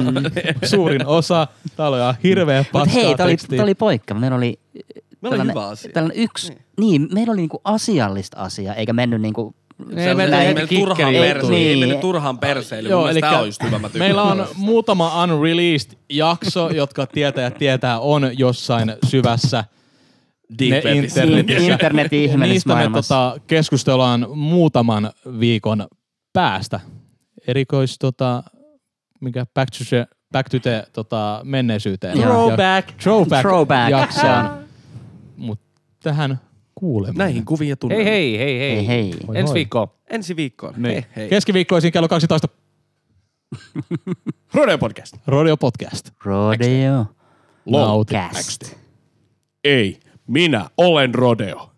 suurin osa. Tää oli ihan hirveä
Mutta
paskaa
hei, tää oli,
tekstiä.
tää oli poikka. Meillä oli,
oli
tällainen-
hyvä asia.
tällainen yksi, niin. niin, meillä oli niinku asiallista asiaa, eikä mennyt niinku...
Ei, meillä
näin-
ei
Meillä turhaan
kikkeli.
perseily,
Ei,
ei
niin.
mennyt turhaan perseily. Mun mielestä tää
elikkä
on just hyvä, mä tykkään.
Meillä on muutama unreleased jakso, jotka tietäjät tietää on jossain syvässä
Deep
ne
webissä.
internetissä.
Internetin ihmeellisessä
Niistä me
niin, maailmassa.
tota, keskustellaan muutaman viikon päästä. Erikois, tota, mikä back to the, back to the tota, menneisyyteen.
Joo.
Throwback. Throwback.
Throwback.
Jaksoon. Mut tähän kuulemaan.
Näihin Niin, kuvia
hei,
tunnelmiin.
hei, hei, hei.
Hei, hei.
Voi
Ensi
voi.
viikkoon.
Ensi viikkoon. Hei, hei.
Keskiviikkoisin kello 12
Rodeo podcast.
Rodeo Podcast.
Rodeo.
Long.
Nauti.
Cast.
Ei, minä olen Rodeo.